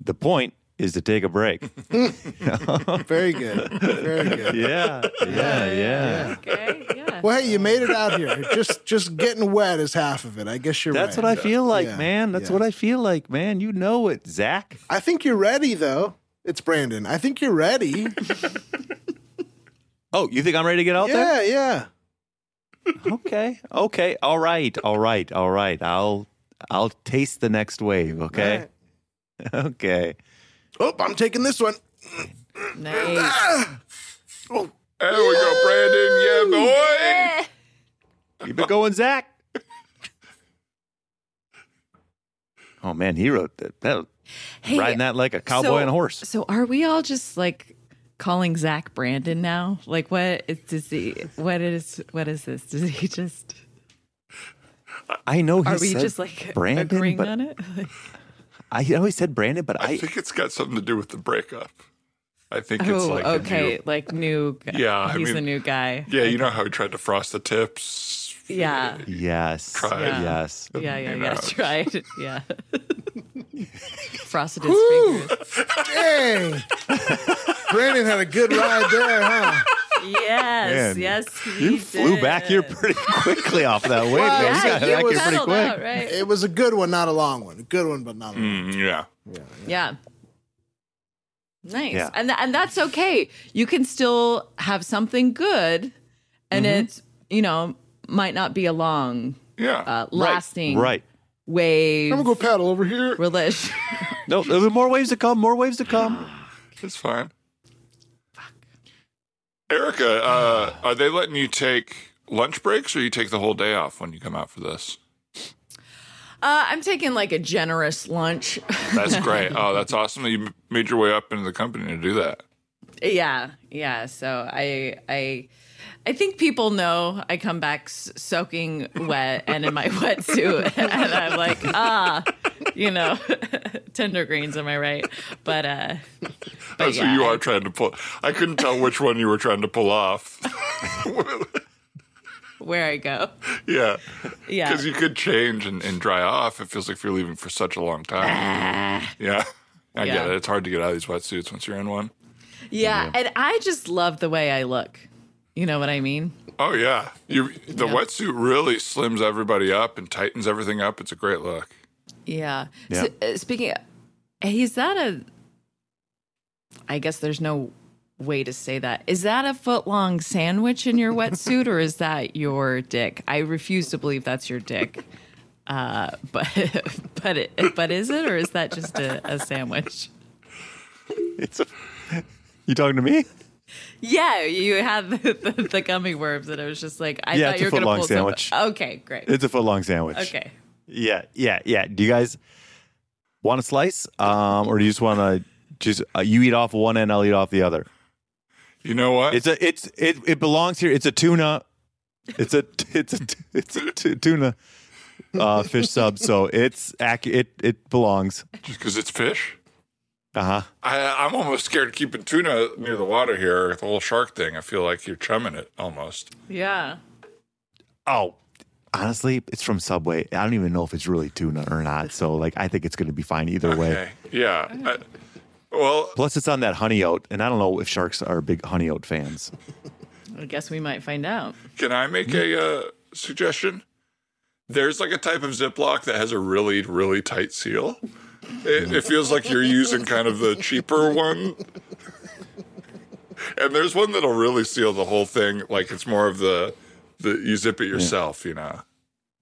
Speaker 5: the point is to take a break.
Speaker 8: Very good. Very good.
Speaker 5: yeah. Yeah. Yeah.
Speaker 4: Okay. Yeah.
Speaker 8: Well, hey, you made it out here. Just just getting wet is half of it. I guess you're
Speaker 5: That's
Speaker 8: right.
Speaker 5: what I feel like,
Speaker 8: Yeah,
Speaker 5: man. That's
Speaker 8: yeah.
Speaker 5: what I feel like, man. You know it, Zach.
Speaker 8: I think you're ready though. It's Brandon. I think you're ready.
Speaker 5: Oh, you think I'm ready to get out there?
Speaker 8: yeah, yeah.
Speaker 5: Okay. Okay. All right. All right. All right. I'll I'll taste the next wave. Okay. Okay.
Speaker 8: Oh, I'm taking this one.
Speaker 4: Nice.
Speaker 1: There we go, Brandon. Yeah, boy.
Speaker 5: Keep it going, Zach. oh man, he wrote that. that
Speaker 4: Hey,
Speaker 5: riding that like a cowboy
Speaker 4: so-
Speaker 5: and a horse.
Speaker 4: So are we all just like calling Zach Brandon now? Like what is does he what is what is this? Does he just
Speaker 5: I know he
Speaker 4: are we
Speaker 5: said
Speaker 4: just like
Speaker 5: Brandon,
Speaker 4: agreeing
Speaker 5: but
Speaker 4: on it?
Speaker 5: I he always said Brandon, but
Speaker 1: I
Speaker 5: I,
Speaker 1: think it's got something to do with the breakup. I think it's
Speaker 4: oh,
Speaker 1: like a
Speaker 4: okay.
Speaker 1: new-
Speaker 4: like new guy.
Speaker 1: Yeah, I
Speaker 4: He's the
Speaker 1: mean-
Speaker 4: new guy.
Speaker 1: yeah, you know how he tried to frost the tips.
Speaker 4: Yeah.
Speaker 5: yes,
Speaker 1: Tried.
Speaker 4: Yeah.
Speaker 5: yes.
Speaker 4: Yeah, yeah,
Speaker 1: You
Speaker 4: yeah.
Speaker 1: know.
Speaker 4: Tried. Yeah. Frosted his fingers.
Speaker 8: Dang. Brandon had a good ride there, huh?
Speaker 4: Yes,
Speaker 5: Man,
Speaker 4: yes. He
Speaker 5: You flew
Speaker 4: did.
Speaker 5: back here pretty quickly off that wave,
Speaker 8: Wow.
Speaker 5: man.
Speaker 4: Yeah,
Speaker 5: You
Speaker 4: you
Speaker 5: got back here pretty
Speaker 4: pedaled
Speaker 5: quick.
Speaker 4: out, right?
Speaker 8: It was a good one, not a long one. A good one, but not a long
Speaker 1: Mm, yeah.
Speaker 4: Yeah. Nice.
Speaker 5: Yeah.
Speaker 4: And th- and that's okay. You can still have something good and
Speaker 5: Mm-hmm.
Speaker 4: it's, you know, might not be a long
Speaker 1: Yeah.
Speaker 4: uh, lasting
Speaker 5: Right.
Speaker 4: wave
Speaker 8: I'm gonna go paddle over here.
Speaker 4: relation.
Speaker 5: No, there'll be more waves to come. More waves to come.
Speaker 1: it's fine. Erica, uh, are they letting you take lunch breaks or you take the whole day off when you come out for this?
Speaker 4: uh, I'm taking like a generous lunch.
Speaker 1: That's great. oh, that's awesome that you m- made your way up into the company to do that.
Speaker 4: yeah. Yeah, so I I I think people know I come back s- soaking wet and in my wetsuit, and I'm like, ah, you know, tender greens, am I right? But uh,
Speaker 1: That's what
Speaker 4: yeah,
Speaker 1: you
Speaker 4: I-
Speaker 1: are trying to pull. I couldn't tell which one you were trying to pull off.
Speaker 4: where I go,
Speaker 1: yeah.
Speaker 4: yeah,
Speaker 1: Because you could change and, and dry off. It feels like you're leaving for such a long time. yeah. I
Speaker 4: Ah. Yeah.
Speaker 1: get it. It's hard to get out of these wetsuits once you're in one.
Speaker 4: yeah, and I just love the way I look. You know what I mean?
Speaker 1: Oh, yeah. You The
Speaker 4: Yeah.
Speaker 1: wetsuit really slims everybody up and tightens everything up. It's a great look.
Speaker 4: Yeah.
Speaker 5: Yeah.
Speaker 4: So, uh, speaking, of, is that a? I guess there's no way to say that. Is that a foot long sandwich in your wetsuit, or is that your dick? I refuse to believe that's your dick. Uh, but but it, but is it, or is that just a, a sandwich?
Speaker 5: It's a, you talking to me?
Speaker 4: Yeah, you had the, the, the gummy worms, and I was just like, I
Speaker 5: Yeah,
Speaker 4: thought
Speaker 5: it's
Speaker 4: you were
Speaker 5: a
Speaker 4: going to
Speaker 5: footlong
Speaker 4: pull
Speaker 5: sandwich.
Speaker 4: Something. Okay, great.
Speaker 5: It's a foot long sandwich.
Speaker 4: okay.
Speaker 5: Yeah, yeah, yeah. Do you guys want a slice, um, or do you just want to just uh, you eat off one end, I'll eat off the other?
Speaker 1: You know what?
Speaker 5: It's a it's it it belongs here. It's a tuna. It's a it's a it's a t- tuna uh, fish sub. So it's ac- it it belongs.
Speaker 1: Just because it's fish.
Speaker 5: Uh huh.
Speaker 1: I, I'm almost scared keeping tuna near the water here. The whole shark thing. I feel like you're chumming it almost.
Speaker 4: Yeah.
Speaker 5: Oh, honestly, it's from Subway. I don't even know if it's really tuna or not. So like, I think it's going to be fine either way.
Speaker 1: Okay. Yeah. I- well,
Speaker 5: Plus, it's on that honey oat, and I don't know if sharks are big honey oat fans.
Speaker 4: I guess we might find out.
Speaker 1: Can I make a uh, suggestion? There's like a type of Ziploc that has a really, really tight seal. It, it feels like you're using kind of the cheaper one. And there's one that'll really seal the whole thing. Like it's more of the, the you zip it yourself, you know.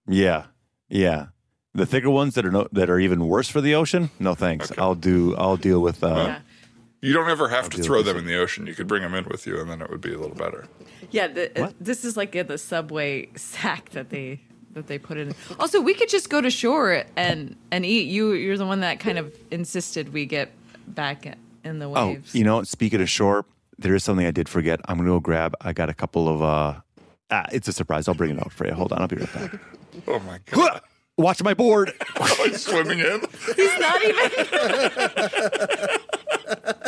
Speaker 5: Yeah, yeah. The thicker ones that are no, that are even worse for the ocean. No thanks. I'll do. I'll deal with. Uh,
Speaker 4: Yeah.
Speaker 1: You don't ever have to
Speaker 5: deal
Speaker 1: throw
Speaker 5: with
Speaker 1: them
Speaker 5: it.
Speaker 1: in the ocean. You could bring them in with you, and then it would be a little better.
Speaker 4: Yeah, the, uh,
Speaker 5: What?
Speaker 4: this is like in the subway sack that they that they put in. Also, we could just go to shore and and eat. You you're the one that kind of insisted we get back in the
Speaker 5: Oh,
Speaker 4: waves.
Speaker 5: you know, speaking of shore, there is something I did forget. I'm gonna go grab. I got a couple of. uh ah, It's a surprise. I'll bring it out for you. Hold on. I'll be right back.
Speaker 1: Oh my god!
Speaker 5: Watch my board.
Speaker 1: Like swimming in.
Speaker 4: He's not even.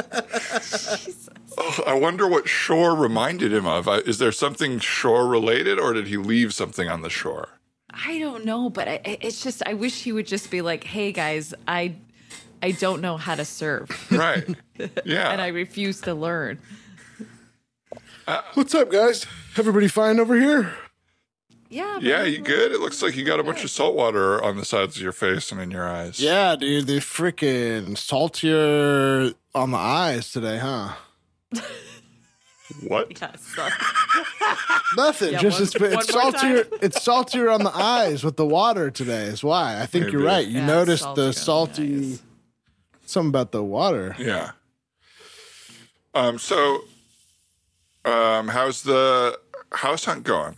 Speaker 1: Oh, I wonder what shore reminded him of. I- Is there something shore related, or did he leave something on the shore?
Speaker 4: I don't know, but I, I- it's just I wish he would just be like, "Hey guys, I I don't know how to serve,
Speaker 1: Right. Yeah.
Speaker 4: and I refuse to learn."
Speaker 3: What's up, guys? Everybody fine over here?
Speaker 4: Yeah.
Speaker 1: yeah,
Speaker 4: but-
Speaker 1: you good? It looks like you got a bunch of salt water on the sides of your face and in your eyes.
Speaker 3: Yeah, dude, they freaking saltier on the eyes today, huh?
Speaker 1: What?
Speaker 4: Yeah, sorry.
Speaker 3: Nothing.
Speaker 4: Yeah,
Speaker 3: just
Speaker 4: one-
Speaker 3: it's, it's
Speaker 4: one more
Speaker 3: saltier.
Speaker 4: time.
Speaker 3: It's saltier on the eyes with the water today. Is why I think
Speaker 1: Maybe.
Speaker 3: you're right. You
Speaker 4: Yeah,
Speaker 3: noticed the
Speaker 4: saltier on the
Speaker 3: salty.
Speaker 4: eyes.
Speaker 3: Something about the water.
Speaker 1: Yeah. Um. So, um, how's the house hunt going?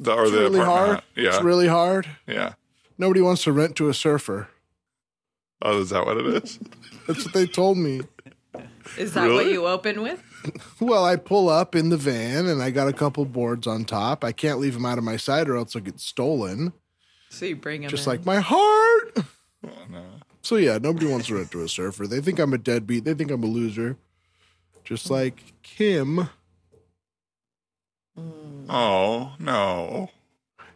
Speaker 1: The or
Speaker 3: It's
Speaker 1: the
Speaker 3: really
Speaker 1: apartment
Speaker 3: hard.
Speaker 1: hunt? Yeah.
Speaker 3: It's really hard.
Speaker 1: yeah.
Speaker 3: Nobody wants to rent to a surfer.
Speaker 1: Oh, is that what it is?
Speaker 3: That's what they told me.
Speaker 4: Is that what
Speaker 1: Really?
Speaker 4: you open with?
Speaker 3: Well, I pull up in the van and I got a couple boards on top. I can't leave them out of my sight or else they'll get stolen.
Speaker 4: So you bring him
Speaker 3: Just
Speaker 4: in.
Speaker 3: like my heart.
Speaker 1: Oh, no.
Speaker 3: So yeah, nobody wants to rent to a surfer. They think I'm a deadbeat. They think I'm a loser. Just like Kim.
Speaker 1: Oh no.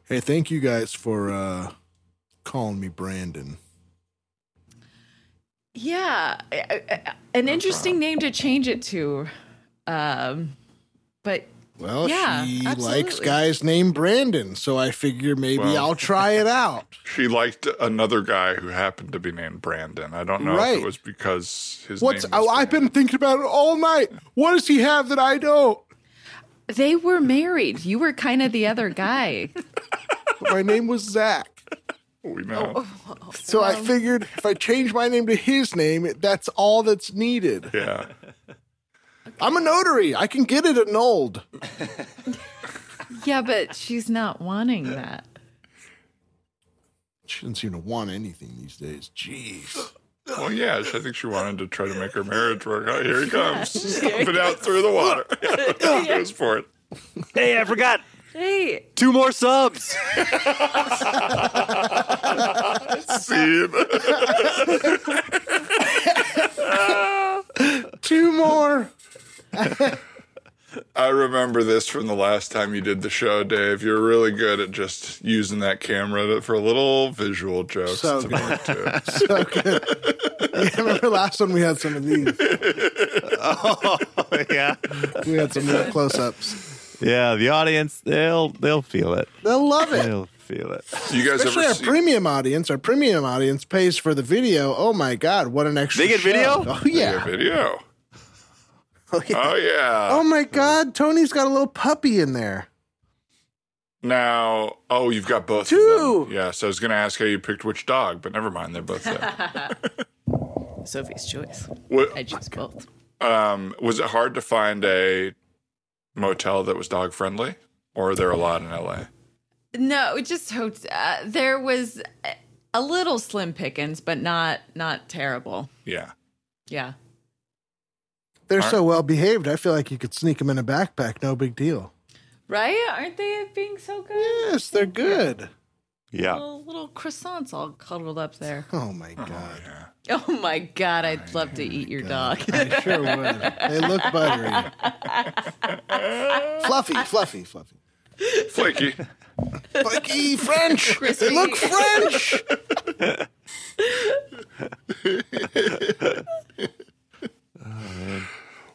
Speaker 3: Hey, thank you guys for uh calling me Brandon.
Speaker 4: Yeah, I- I- I- an interesting name to change it to. Um, but
Speaker 3: Well,
Speaker 4: Yeah,
Speaker 3: she likes
Speaker 4: absolutely.
Speaker 3: guys named Brandon, so I figure maybe
Speaker 1: Well.
Speaker 3: I'll try it out.
Speaker 1: She liked another guy who happened to be named Brandon. I don't know if
Speaker 3: Right.
Speaker 1: it was because his
Speaker 3: What's
Speaker 1: name. was
Speaker 3: oh, I've
Speaker 1: Brandon.
Speaker 3: been thinking about it all night. What does he have that I don't?
Speaker 4: they were married. You were kind of the other guy.
Speaker 3: My name was Zach.
Speaker 1: We know.
Speaker 3: Oh. So I figured if I change my name to his name, that's all that's needed.
Speaker 1: Yeah.
Speaker 3: I'm a notary. I can get it annulled.
Speaker 4: yeah, but she's not wanting that.
Speaker 3: She doesn't seem to want anything these days. Jeez.
Speaker 1: Well, yeah, I think she wanted to try to make her marriage work. Oh, here he comes, Stomping out through the water. Yeah, goes for it.
Speaker 5: Hey, I forgot.
Speaker 4: Hey,
Speaker 5: Two more subs.
Speaker 1: Scene.
Speaker 3: Two more.
Speaker 1: I remember this from the last time you did the show, Dave. You're really good at just using that camera to, for little visual jokes.
Speaker 3: So
Speaker 1: It's
Speaker 3: good.
Speaker 1: about to-
Speaker 3: I remember last one we had some of these.
Speaker 5: yeah.
Speaker 3: We had some real close-ups.
Speaker 5: Yeah, the audience, they'll they'll feel it.
Speaker 3: They'll love it.
Speaker 5: They'll feel it.
Speaker 1: you guys
Speaker 3: Especially
Speaker 1: ever
Speaker 3: our
Speaker 1: see?
Speaker 3: premium audience. Our premium audience pays for the video. Oh my god, what an extra!
Speaker 5: They get
Speaker 3: show.
Speaker 5: video?
Speaker 3: Oh
Speaker 1: Yeah,
Speaker 3: yeah.
Speaker 1: video.
Speaker 3: Oh yeah.
Speaker 1: Oh yeah.
Speaker 3: Oh my god, Tony's got a little puppy in there.
Speaker 1: Now, oh, you've got both. of
Speaker 3: Two.
Speaker 1: them. Yes, I was going to ask how you picked which dog, but never mind. They're both there.
Speaker 4: Sophie's choice.
Speaker 1: What-
Speaker 4: I choose both.
Speaker 1: um, was it hard to find a motel that was dog friendly, or are there a lot in LA?
Speaker 4: No, it just hot- uh, there was a- a little slim pickings, but not not terrible.
Speaker 1: Yeah.
Speaker 4: Yeah.
Speaker 3: They're
Speaker 1: Aren't-
Speaker 3: so well behaved. I feel like you could sneak them in a backpack, no big deal.
Speaker 4: Right? Aren't they being so good?
Speaker 3: Yes, they're good.
Speaker 5: Yeah.
Speaker 4: Little, little croissants all cuddled up there.
Speaker 3: Oh my god,
Speaker 4: Oh my god, I'd love to eat your dog.
Speaker 3: I sure would. They look buttery, fluffy, fluffy, fluffy.
Speaker 1: Flaky.
Speaker 3: Flaky French.
Speaker 4: Crispy.
Speaker 3: They look French.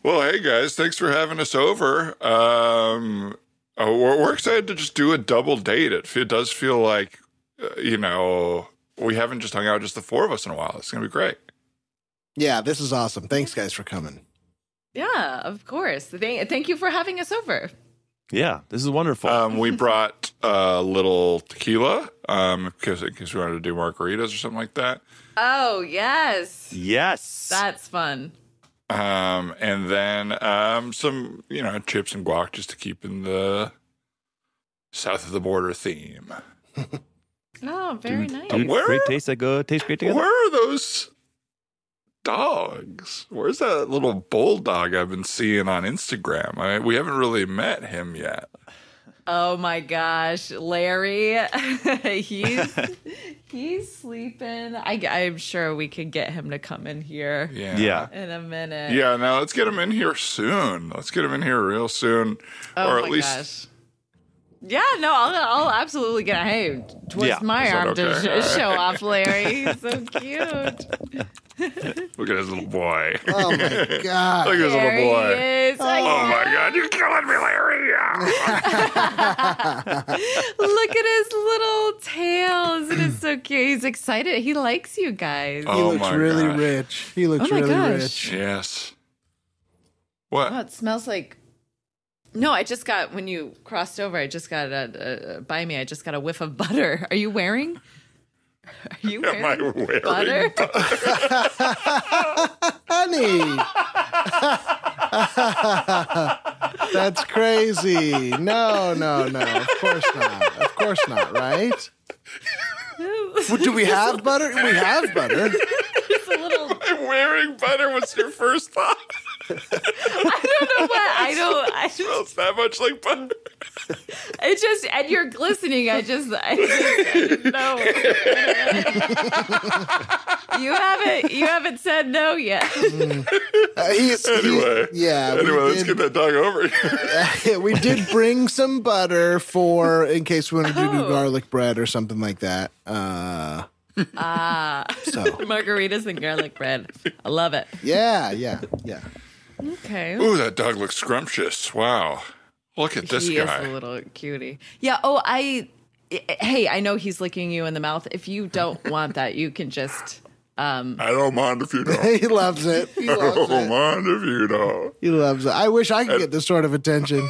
Speaker 1: well, hey guys, thanks for having us over. Um, oh, we're, we're excited to just do a double date. It, fe- it does feel like, uh, you know, we haven't just hung out just the four of us in a while. It's going to be great.
Speaker 3: Yeah, this is awesome. Thanks guys for coming.
Speaker 4: yeah, of course. Thank, thank you for having us over.
Speaker 5: Yeah. This is wonderful.
Speaker 1: Um, we brought a little tequila um, because in case we wanted to do margaritas or something like that.
Speaker 4: Oh, yes.
Speaker 5: yes.
Speaker 4: That's fun.
Speaker 1: Um, and then um, some, you know, chips and guac just to keep in the south of the border theme.
Speaker 4: Oh, very nice.
Speaker 5: Dude,
Speaker 1: Where-
Speaker 5: Great taste that go taste great together.
Speaker 1: Where are those dogs? Where's that little bulldog I've been seeing on Instagram? I we haven't really met him yet.
Speaker 4: Oh my gosh, Larry, he's he's sleeping. I, I'm sure we could get him to come in here
Speaker 1: Yeah.
Speaker 5: Yeah.
Speaker 4: in a minute.
Speaker 1: Yeah, now let's get him in here soon. Let's get him in here real soon.
Speaker 4: Oh
Speaker 1: or at
Speaker 4: my
Speaker 1: least
Speaker 4: gosh. Yeah, no, I'll, I'll absolutely get. Hey, twist
Speaker 5: Yeah.
Speaker 4: my
Speaker 1: Is that
Speaker 4: arm to
Speaker 1: okay?
Speaker 4: sh- show off Larry. He's so cute.
Speaker 1: look at his little boy.
Speaker 3: Oh my
Speaker 1: look
Speaker 3: god.
Speaker 1: at his little
Speaker 4: There he
Speaker 1: boy.
Speaker 4: is.
Speaker 1: Oh my god, you're killing me, Larry. Ah.
Speaker 4: Look at his little tail. Isn't it so cute? He's excited. He likes you guys.
Speaker 1: Oh.
Speaker 3: He looks
Speaker 1: my
Speaker 3: really
Speaker 1: gosh.
Speaker 3: rich. He looks
Speaker 4: Oh my
Speaker 3: really
Speaker 4: gosh.
Speaker 3: rich.
Speaker 1: yes. What?
Speaker 4: Oh, it smells like. No, I just got when you crossed over. I just got a, a, a by me. I just got a whiff of butter. Are you wearing? Are you
Speaker 1: Am I
Speaker 4: wearing
Speaker 1: wearing?
Speaker 4: butter?
Speaker 3: Honey. That's crazy. No, no, no. Of course not. Of course not, right? Well, do we have butter? We have butter.
Speaker 4: it's a little.
Speaker 1: I'm wearing butter. What's your first thought?
Speaker 4: I don't know what. I don't. I just.
Speaker 1: Smells that much like butter.
Speaker 4: It just and you're glistening. I just. I just no. you haven't. You haven't said no yet.
Speaker 3: Uh, he's,
Speaker 1: Anyway.
Speaker 3: he- yeah. we
Speaker 1: Anyway, let's get
Speaker 3: did-
Speaker 1: that dog over here.
Speaker 3: Yeah, we did bring some butter for in case we wanted to do
Speaker 4: Oh.
Speaker 3: garlic bread or something like that. Uh,
Speaker 4: Ah,
Speaker 3: so
Speaker 4: margaritas and garlic bread. I love it.
Speaker 3: yeah, yeah, yeah.
Speaker 4: Okay.
Speaker 1: Ooh, that dog looks scrumptious. Wow. Look at this
Speaker 4: he is a
Speaker 1: guy.
Speaker 4: little cutie. Yeah. Oh, I. I- Hey, I know he's licking you in the mouth. If you don't want that, you can just. Um,
Speaker 1: I don't mind if you don't.
Speaker 3: He loves it. He
Speaker 1: I
Speaker 3: loves
Speaker 1: don't
Speaker 3: it.
Speaker 1: mind if you don't.
Speaker 3: He loves it. I wish I could get this sort of attention.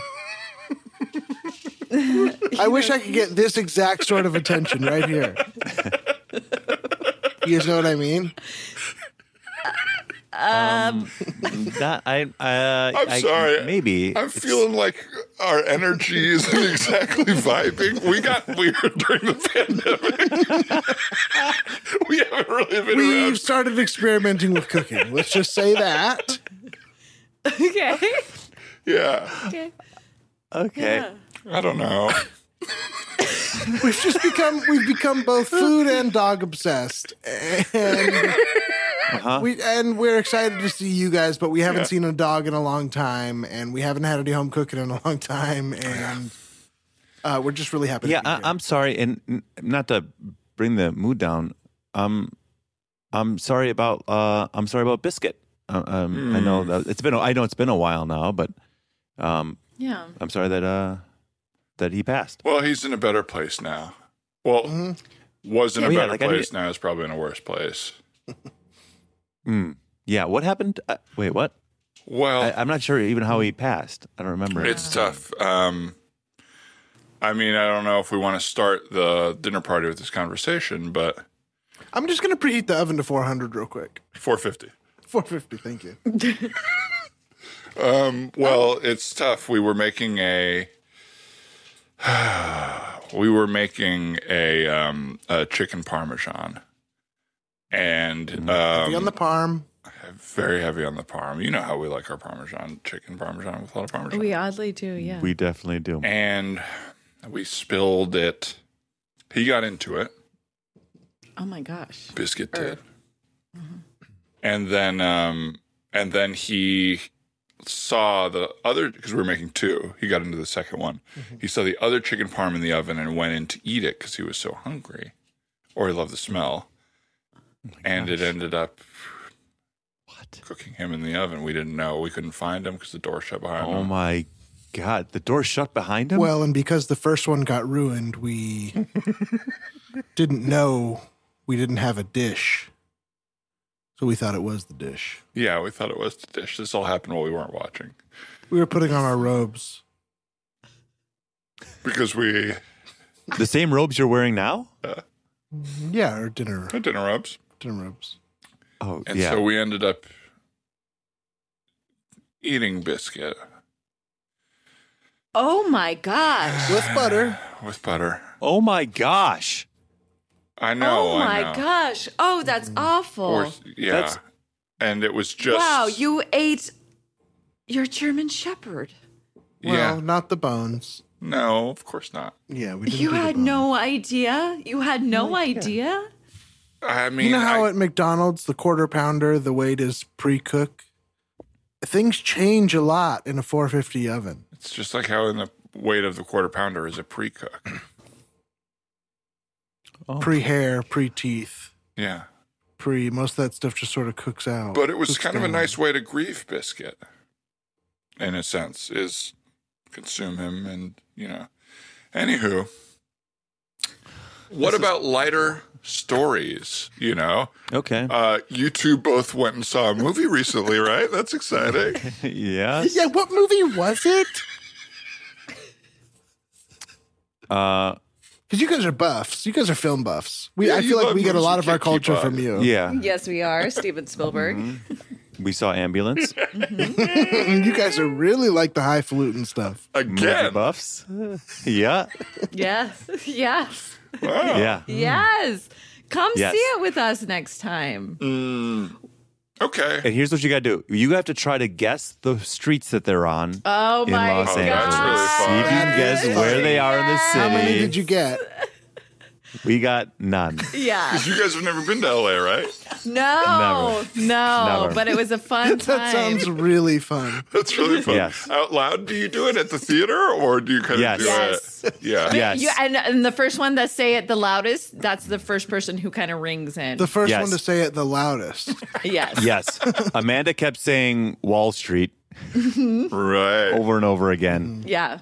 Speaker 3: I wish I could get this exact sort of attention right here. You guys know what I mean?
Speaker 5: That I uh
Speaker 1: I'm
Speaker 5: I-
Speaker 1: sorry.
Speaker 5: Maybe.
Speaker 1: I'm
Speaker 5: It's-
Speaker 1: feeling like our energy isn't exactly vibing. We got weird during the pandemic. we haven't really been
Speaker 3: We've
Speaker 1: around.
Speaker 3: started experimenting with cooking. Let's just say that.
Speaker 4: okay.
Speaker 1: Yeah.
Speaker 4: Okay.
Speaker 8: Okay.
Speaker 1: I don't know.
Speaker 3: We've just become we've become both food and dog obsessed, and
Speaker 8: Uh-huh.
Speaker 3: we and we're excited to see you guys. But we haven't seen a dog in a long time, and we haven't had any home cooking in a long time, and uh, we're just really happy.
Speaker 8: Oh, Yeah,
Speaker 3: to be
Speaker 8: I,
Speaker 3: here.
Speaker 8: I'm sorry, and n- not to bring the mood down. Um, I'm sorry about uh, I'm sorry about biscuit. Uh, um, I know that it's been a- I know it's been a while now, but um,
Speaker 4: Yeah.
Speaker 8: I'm sorry that uh, that he passed.
Speaker 1: Well, he's in a better place now. Well, was in
Speaker 8: Oh,
Speaker 1: a
Speaker 8: yeah,
Speaker 1: better
Speaker 8: like, I
Speaker 1: place.
Speaker 8: didn't-
Speaker 1: Now is probably in a worse place.
Speaker 8: Yeah, what happened? Uh, wait, what?
Speaker 1: Well,
Speaker 8: I, I'm not sure even how he passed. I don't remember.
Speaker 1: It's tough. Um, I mean, I don't know if we want to start the dinner party with this conversation, but
Speaker 3: I'm just gonna preheat the oven to 400 real quick.
Speaker 1: 450.
Speaker 3: 450, thank you.
Speaker 1: Um, well, it's tough. We were making a we were making a um, a chicken parmesan, and um,
Speaker 3: Be Mm-hmm. on the parm.
Speaker 8: Mm-hmm.
Speaker 1: very heavy on the parm. You know how we like our parmesan chicken parmesan with a lot of parmesan.
Speaker 3: Oh,
Speaker 4: We oddly do, yeah.
Speaker 8: we definitely do.
Speaker 1: and we spilled it. He got into it.
Speaker 4: oh my gosh.
Speaker 1: Biscuit
Speaker 4: Or-
Speaker 1: did. And then um and then he saw the other because we were making two. He got into the second one.
Speaker 8: Mm-hmm.
Speaker 1: He saw the other chicken parm in the oven and went in to eat it because he was so hungry, or he loved the smell. and it ended up
Speaker 8: Oh What?
Speaker 1: cooking him in the oven. We didn't know. We couldn't find him because the door shut behind
Speaker 8: Oh
Speaker 1: him.
Speaker 8: my god! The door shut behind him.
Speaker 9: Well, and because the first one got ruined, we didn't know we didn't have a dish. So we thought it was the dish.
Speaker 1: Yeah, we thought it was the dish. This all happened while we weren't watching
Speaker 9: We were putting on our robes.
Speaker 1: because we
Speaker 8: the same robes you're wearing now.
Speaker 9: Yeah, our dinner
Speaker 1: had dinner ups.
Speaker 9: dinner robes.
Speaker 8: Oh
Speaker 1: And
Speaker 8: yeah.
Speaker 1: so we ended up eating biscuit
Speaker 4: Oh my gosh.
Speaker 3: With butter.
Speaker 1: with butter.
Speaker 8: oh my gosh!
Speaker 1: I know.
Speaker 4: oh
Speaker 1: I
Speaker 4: my
Speaker 1: know. Mm-hmm.
Speaker 4: gosh. Oh, that's awful.
Speaker 1: Or- yeah.
Speaker 8: That's-
Speaker 1: and it was just
Speaker 4: Wow, you ate your German Shepherd.
Speaker 1: yeah.
Speaker 3: Well, not the bones.
Speaker 1: no, of course not.
Speaker 3: Yeah, we didn't
Speaker 4: You
Speaker 3: do the
Speaker 4: had
Speaker 3: bones.
Speaker 4: no idea. You had no idea.
Speaker 1: I mean,
Speaker 3: You know how
Speaker 1: I-
Speaker 3: at McDonald's the quarter pounder the weight is pre-cook.
Speaker 9: Things change a lot in a 450 oven.
Speaker 1: it's just like how in the weight of the quarter pounder is a pre-cook.
Speaker 8: Oh.
Speaker 9: Pre hair, pre teeth,
Speaker 1: yeah,
Speaker 9: pre most of that stuff just sort of cooks out.
Speaker 1: but it was
Speaker 9: Cooks
Speaker 1: kind of a
Speaker 9: down.
Speaker 1: nice way to grieve biscuit, in a sense, is consume him and you know. Anywho, what about lighter stories? You know,
Speaker 8: Okay.
Speaker 1: Uh, you two both went and saw a movie recently, right? That's exciting.
Speaker 8: yeah.
Speaker 3: Yeah, what movie was it?
Speaker 8: Uh,
Speaker 3: Because you guys are buffs. You guys are film buffs. We,
Speaker 1: Yeah,
Speaker 3: I
Speaker 1: you
Speaker 3: feel like
Speaker 1: love
Speaker 3: we get a
Speaker 1: movies
Speaker 3: lot
Speaker 1: you
Speaker 3: of our
Speaker 1: can't keep
Speaker 3: culture
Speaker 1: up.
Speaker 3: from you.
Speaker 8: yeah.
Speaker 4: Yes, we are. Steven
Speaker 1: Mm-hmm.
Speaker 4: Spielberg.
Speaker 8: We saw ambulance.
Speaker 3: You guys are really like the highfalutin stuff.
Speaker 8: Movie
Speaker 1: Again.
Speaker 8: buffs. yeah.
Speaker 4: Yes. Yes.
Speaker 3: Oh.
Speaker 1: Wow.
Speaker 8: Yeah.
Speaker 4: Yes. Come
Speaker 8: Mm. Yes. Mm.
Speaker 4: see it with us next time.
Speaker 1: Okay.
Speaker 8: And here's what you got to do. You have to try to guess the streets that they're on
Speaker 4: Oh
Speaker 8: in
Speaker 4: my
Speaker 8: Los
Speaker 4: gosh.
Speaker 8: Angeles.
Speaker 1: That's really fun.
Speaker 8: See if you can
Speaker 4: That
Speaker 8: guess
Speaker 4: is
Speaker 8: where they are in the city.
Speaker 3: How many did you get?
Speaker 8: we got none.
Speaker 4: Yeah.
Speaker 1: You guys have never been to LA, right?
Speaker 4: No. No.
Speaker 8: Never.
Speaker 4: But it was a fun
Speaker 3: That
Speaker 4: time.
Speaker 3: sounds really fun.
Speaker 1: That's really fun.
Speaker 8: Yes.
Speaker 1: Out loud, do you do it at the theater or do you kind of
Speaker 8: Yes.
Speaker 1: do
Speaker 4: Yes.
Speaker 1: it? Yeah.
Speaker 8: Yes.
Speaker 4: You, and, and the first one that say it the loudest, that's the first person who kind of rings in.
Speaker 3: The first
Speaker 8: Yes.
Speaker 3: one to say it the loudest.
Speaker 4: yes.
Speaker 8: yes. Amanda kept saying Wall Street
Speaker 1: Right.
Speaker 8: over and over
Speaker 3: Mm.
Speaker 8: again.
Speaker 4: Yeah.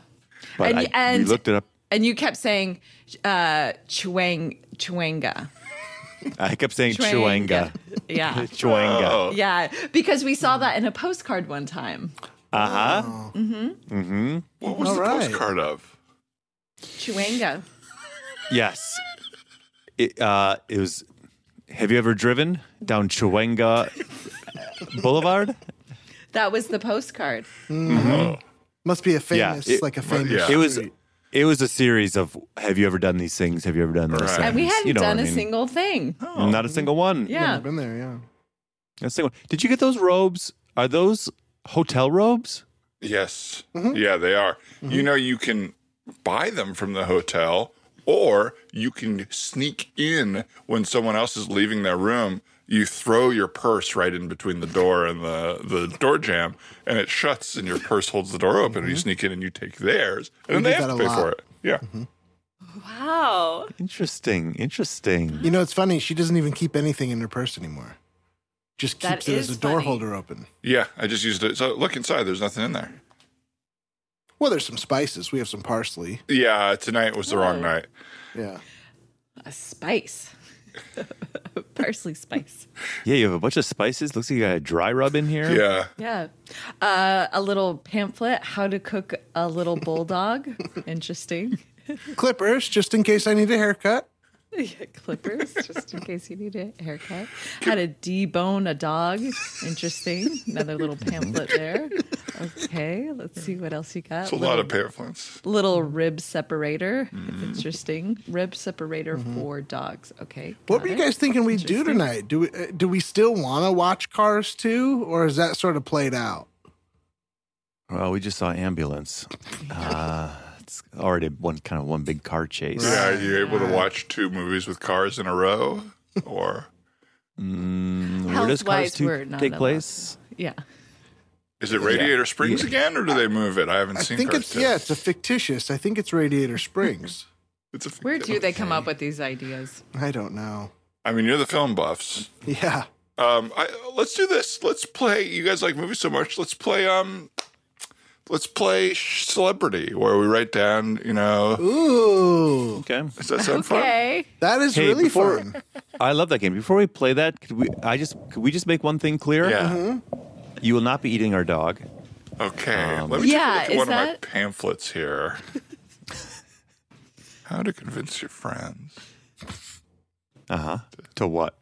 Speaker 8: But
Speaker 4: And-
Speaker 8: I, we
Speaker 4: and-
Speaker 8: looked it up.
Speaker 4: And you kept saying uh, Chuang, Chuanga.
Speaker 8: I kept saying Chuanga.
Speaker 4: Yeah.
Speaker 3: Oh.
Speaker 1: Oh,
Speaker 8: Chuanga.
Speaker 4: Yeah. Because we saw that in a postcard one time.
Speaker 8: Uh huh.
Speaker 1: What was
Speaker 3: All
Speaker 1: the
Speaker 3: right.
Speaker 1: postcard of?
Speaker 4: Chuanga.
Speaker 8: Yes. It, uh, it was. Have you ever driven down Chuanga Boulevard?
Speaker 4: That was the postcard.
Speaker 3: Must be a famous,
Speaker 8: it-
Speaker 3: like a famous.
Speaker 1: yeah.
Speaker 8: It was it was a series of have you ever done these things? Have you ever done those
Speaker 1: Right.
Speaker 8: things?
Speaker 4: And we hadn't
Speaker 8: You know
Speaker 4: done
Speaker 8: what
Speaker 4: a
Speaker 8: I mean.
Speaker 4: single thing.
Speaker 8: not a single one.
Speaker 4: Yeah.
Speaker 3: I've been there, yeah.
Speaker 8: Not a single one. Did you get those robes? Are those hotel robes?
Speaker 1: Yes.
Speaker 10: Mm-hmm.
Speaker 1: Yeah, they are. You know, you can buy them from the hotel or you can sneak in when someone else is leaving their room. You throw your purse right in between the door and the, the door jamb, and it shuts, and your purse holds the door open, and you sneak in and you take theirs, and then
Speaker 10: We
Speaker 1: they
Speaker 10: Mm-hmm. do
Speaker 1: have to
Speaker 10: that
Speaker 1: pay
Speaker 10: a
Speaker 1: for
Speaker 10: lot. Mm-hmm.
Speaker 1: it. Yeah.
Speaker 11: Wow.
Speaker 8: Interesting. Interesting.
Speaker 10: You know, it's funny. She doesn't even keep anything in her purse anymore.
Speaker 3: Just
Speaker 4: That
Speaker 3: keeps it as
Speaker 4: is
Speaker 3: a door
Speaker 4: funny.
Speaker 3: holder open.
Speaker 1: Yeah, I just used it. So look inside, there's nothing in there.
Speaker 3: Well, there's some spices. We have some parsley.
Speaker 1: Yeah, tonight was the wrong
Speaker 4: Whoa.
Speaker 1: night.
Speaker 3: Yeah.
Speaker 4: A spice. Parsley spice.
Speaker 8: Yeah, you have a bunch of spices. Looks like you got a dry rub in here.
Speaker 1: Yeah.
Speaker 4: Yeah. Uh, a little pamphlet, how to cook a little bulldog. Interesting.
Speaker 3: Clippers, just in case I need a haircut.
Speaker 4: Yeah, clippers, just in case you need a haircut. How to debone a dog. Interesting. Another little pamphlet there. Okay, let's see what else you got.
Speaker 1: It's a lot of pamphlets.
Speaker 4: little rib separator. Interesting. Rib separator for dogs. Okay.
Speaker 3: What
Speaker 4: got
Speaker 3: were you
Speaker 4: it.
Speaker 3: guys thinking we'd do tonight? Do we uh, do we still want to watch Cars 2 or is that sort of played out?
Speaker 8: Well, we just saw ambulance. Uh, it's already one kind of one big car chase.
Speaker 1: Yeah,
Speaker 3: Ah.
Speaker 1: are you able to watch two movies with cars in a row? Or
Speaker 8: Mm, where
Speaker 4: Health
Speaker 8: does Cars
Speaker 4: wise,
Speaker 8: two
Speaker 4: we're not
Speaker 8: take
Speaker 4: allowed.
Speaker 8: place?
Speaker 4: Yeah.
Speaker 1: is it Radiator Springs again, or do they move it? I haven't
Speaker 3: I
Speaker 1: seen
Speaker 3: think
Speaker 1: Cars
Speaker 3: it's
Speaker 1: 2.
Speaker 3: yeah, it's a fictitious. I think it's Radiator Springs.
Speaker 1: It's a
Speaker 4: Where do they come up with these ideas?
Speaker 3: I don't know.
Speaker 1: I mean, you're the film buffs.
Speaker 3: Yeah.
Speaker 1: Um, I, let's do this. Let's play. You guys like movies so much. Let's play. Um, let's play Sh- Celebrity, where we write down. You know,
Speaker 3: Ooh.
Speaker 8: Okay.
Speaker 1: does that sound fun?
Speaker 4: Okay.
Speaker 3: That is
Speaker 8: Hey,
Speaker 3: really
Speaker 8: before-
Speaker 3: fun.
Speaker 8: I love that game. Before we play that, could we? I just could we just make one thing clear?
Speaker 1: Yeah.
Speaker 3: Mm-hmm.
Speaker 8: You will not be eating our dog.
Speaker 1: Okay.
Speaker 3: Um,
Speaker 1: Let me
Speaker 4: Yeah,
Speaker 1: take a look at
Speaker 4: is
Speaker 1: one of my
Speaker 4: that-
Speaker 1: pamphlets here. How to convince your friends.
Speaker 8: Uh huh. To what?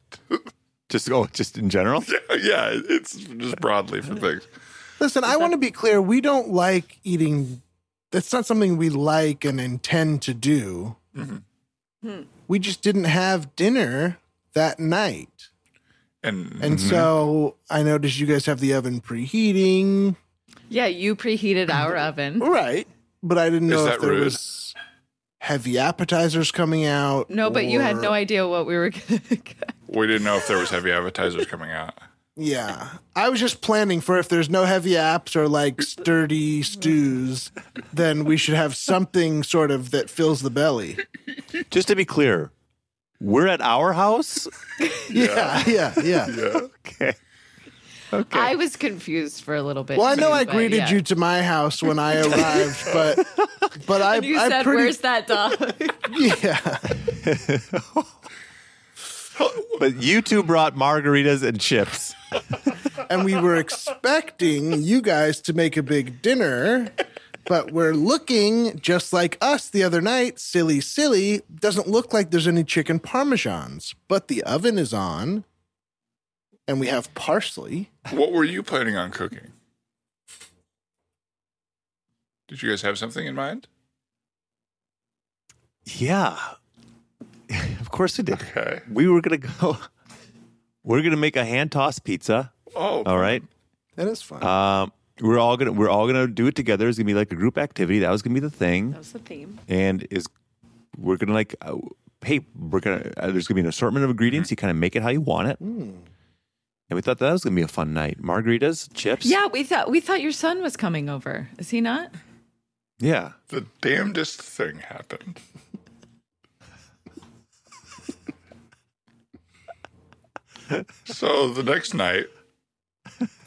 Speaker 8: just oh, just in general.
Speaker 1: yeah, it's just broadly for things.
Speaker 3: Listen, I want to be clear. We don't like eating. That's not something we like and intend to do. Mm-hmm.
Speaker 4: Hmm.
Speaker 3: We just didn't have dinner that night.
Speaker 1: And,
Speaker 3: And so I noticed you guys have the oven preheating.
Speaker 4: Yeah, you preheated our oven.
Speaker 3: Right. But I didn't
Speaker 1: Is
Speaker 3: know
Speaker 1: that
Speaker 3: if there
Speaker 1: rude?
Speaker 3: was heavy appetizers coming out.
Speaker 4: No, but you had
Speaker 3: or-
Speaker 4: no idea what we were going to
Speaker 1: we didn't know if there was heavy appetizers coming out.
Speaker 3: Yeah. I was just planning for if there's no heavy apps or like sturdy stews, then we should have something sort of that fills the belly.
Speaker 8: Just to be clear, we're at our house.
Speaker 3: Yeah, yeah, yeah.
Speaker 8: Okay.
Speaker 4: I was confused for a little bit.
Speaker 3: Well, I know
Speaker 4: too,
Speaker 3: I
Speaker 4: but
Speaker 3: greeted
Speaker 4: yeah.
Speaker 3: you to my house when I arrived, but but I
Speaker 4: And you
Speaker 3: I
Speaker 4: said,
Speaker 3: pretty
Speaker 4: "Where's that dog?"
Speaker 3: yeah.
Speaker 8: But you two brought margaritas and chips.
Speaker 3: And we were expecting you guys to make a big dinner, but we're looking just like us the other night. Silly, silly. Doesn't look like there's any chicken parmesans, but the oven is on, and we have parsley.
Speaker 1: What were you planning on cooking? Did you guys have something in mind?
Speaker 8: Yeah. of course we did.
Speaker 1: Okay.
Speaker 8: We were gonna go. We're gonna make a hand toss pizza.
Speaker 1: Oh,
Speaker 8: All right.
Speaker 3: That is fun.
Speaker 8: Um, we're all gonna we're all gonna do it together. It's gonna be like a group activity. That was gonna be the thing.
Speaker 4: That was the theme.
Speaker 8: and is we're gonna like uh, hey we're gonna uh, there's gonna be an assortment of ingredients you kind of make it how you want it and we thought that was gonna be a fun night margaritas chips
Speaker 4: Yeah, we thought we thought your son was coming over. Is he not?
Speaker 8: yeah
Speaker 1: the damnedest thing happened. so the next night,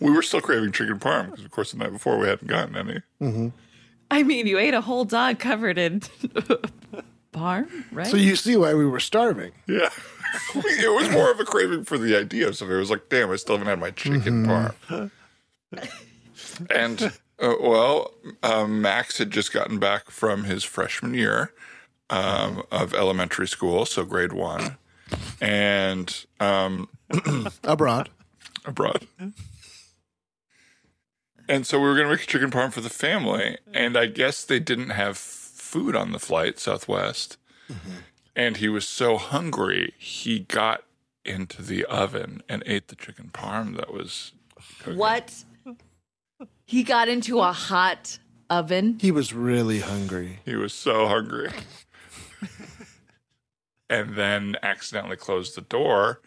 Speaker 1: we were still craving chicken parm because, of course, the night before we hadn't gotten any.
Speaker 4: I mean, you ate a whole dog covered in barn, right?
Speaker 3: so you see why we were starving.
Speaker 1: Yeah. it was more of a craving for the idea of something. It was like, damn, I still haven't had my chicken parm. and, uh, well, um, Max had just gotten back from his freshman year um, of elementary school, so grade one, and um,
Speaker 3: Abroad.
Speaker 1: abroad. And so we were going to make chicken parm for the family. And I guess they didn't have food on the flight, Southwest. And he was so hungry, he got into the oven and ate the chicken parm that was.
Speaker 4: what? He got into a hot oven.
Speaker 3: He was really hungry.
Speaker 1: He was so hungry. and then accidentally closed the door.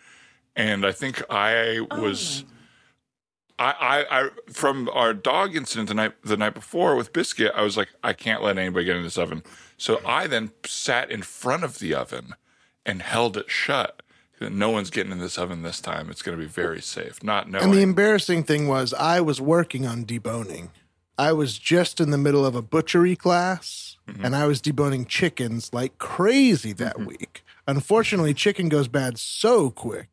Speaker 1: And I think I was I, I I from our dog incident the night the night before with Biscuit, I was like, I can't let anybody get in this oven. So I then sat in front of the oven and held it shut. No one's getting in this oven this time. It's gonna be very safe. Not knowing
Speaker 3: And the embarrassing thing was, I was working on deboning. I was just in the middle of a butchery class and I was deboning chickens like crazy that week. Unfortunately, chicken goes bad so quick.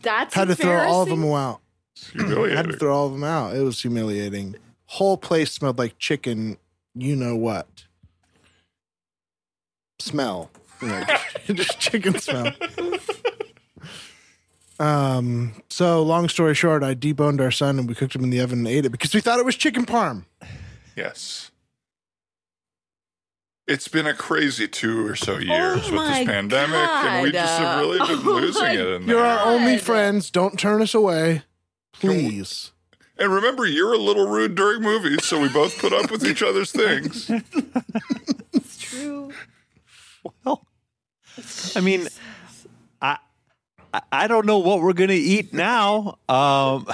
Speaker 4: That's
Speaker 3: Had to throw all of them out. Had to
Speaker 1: humiliating.
Speaker 3: throw all of them out. It was humiliating. Whole place smelled like chicken, you know what? Smell. You know, just- just chicken smell. Um, so long story short, I deboned our son and we cooked him in the oven and ate it because we thought it was chicken parm.
Speaker 1: Yes. It's been a crazy two or so years with
Speaker 4: Oh my
Speaker 1: this pandemic, and we just have really
Speaker 4: God.
Speaker 1: been
Speaker 4: Oh
Speaker 1: losing
Speaker 4: my
Speaker 1: it. In
Speaker 3: You're
Speaker 1: there.
Speaker 3: our only
Speaker 4: God.
Speaker 3: friends. Don't turn us away. Please.
Speaker 1: and remember, you're a little rude during movies, so we both put up with each other's things.
Speaker 12: It's true.
Speaker 8: I mean, I, I I don't know what we're gonna eat now. Um,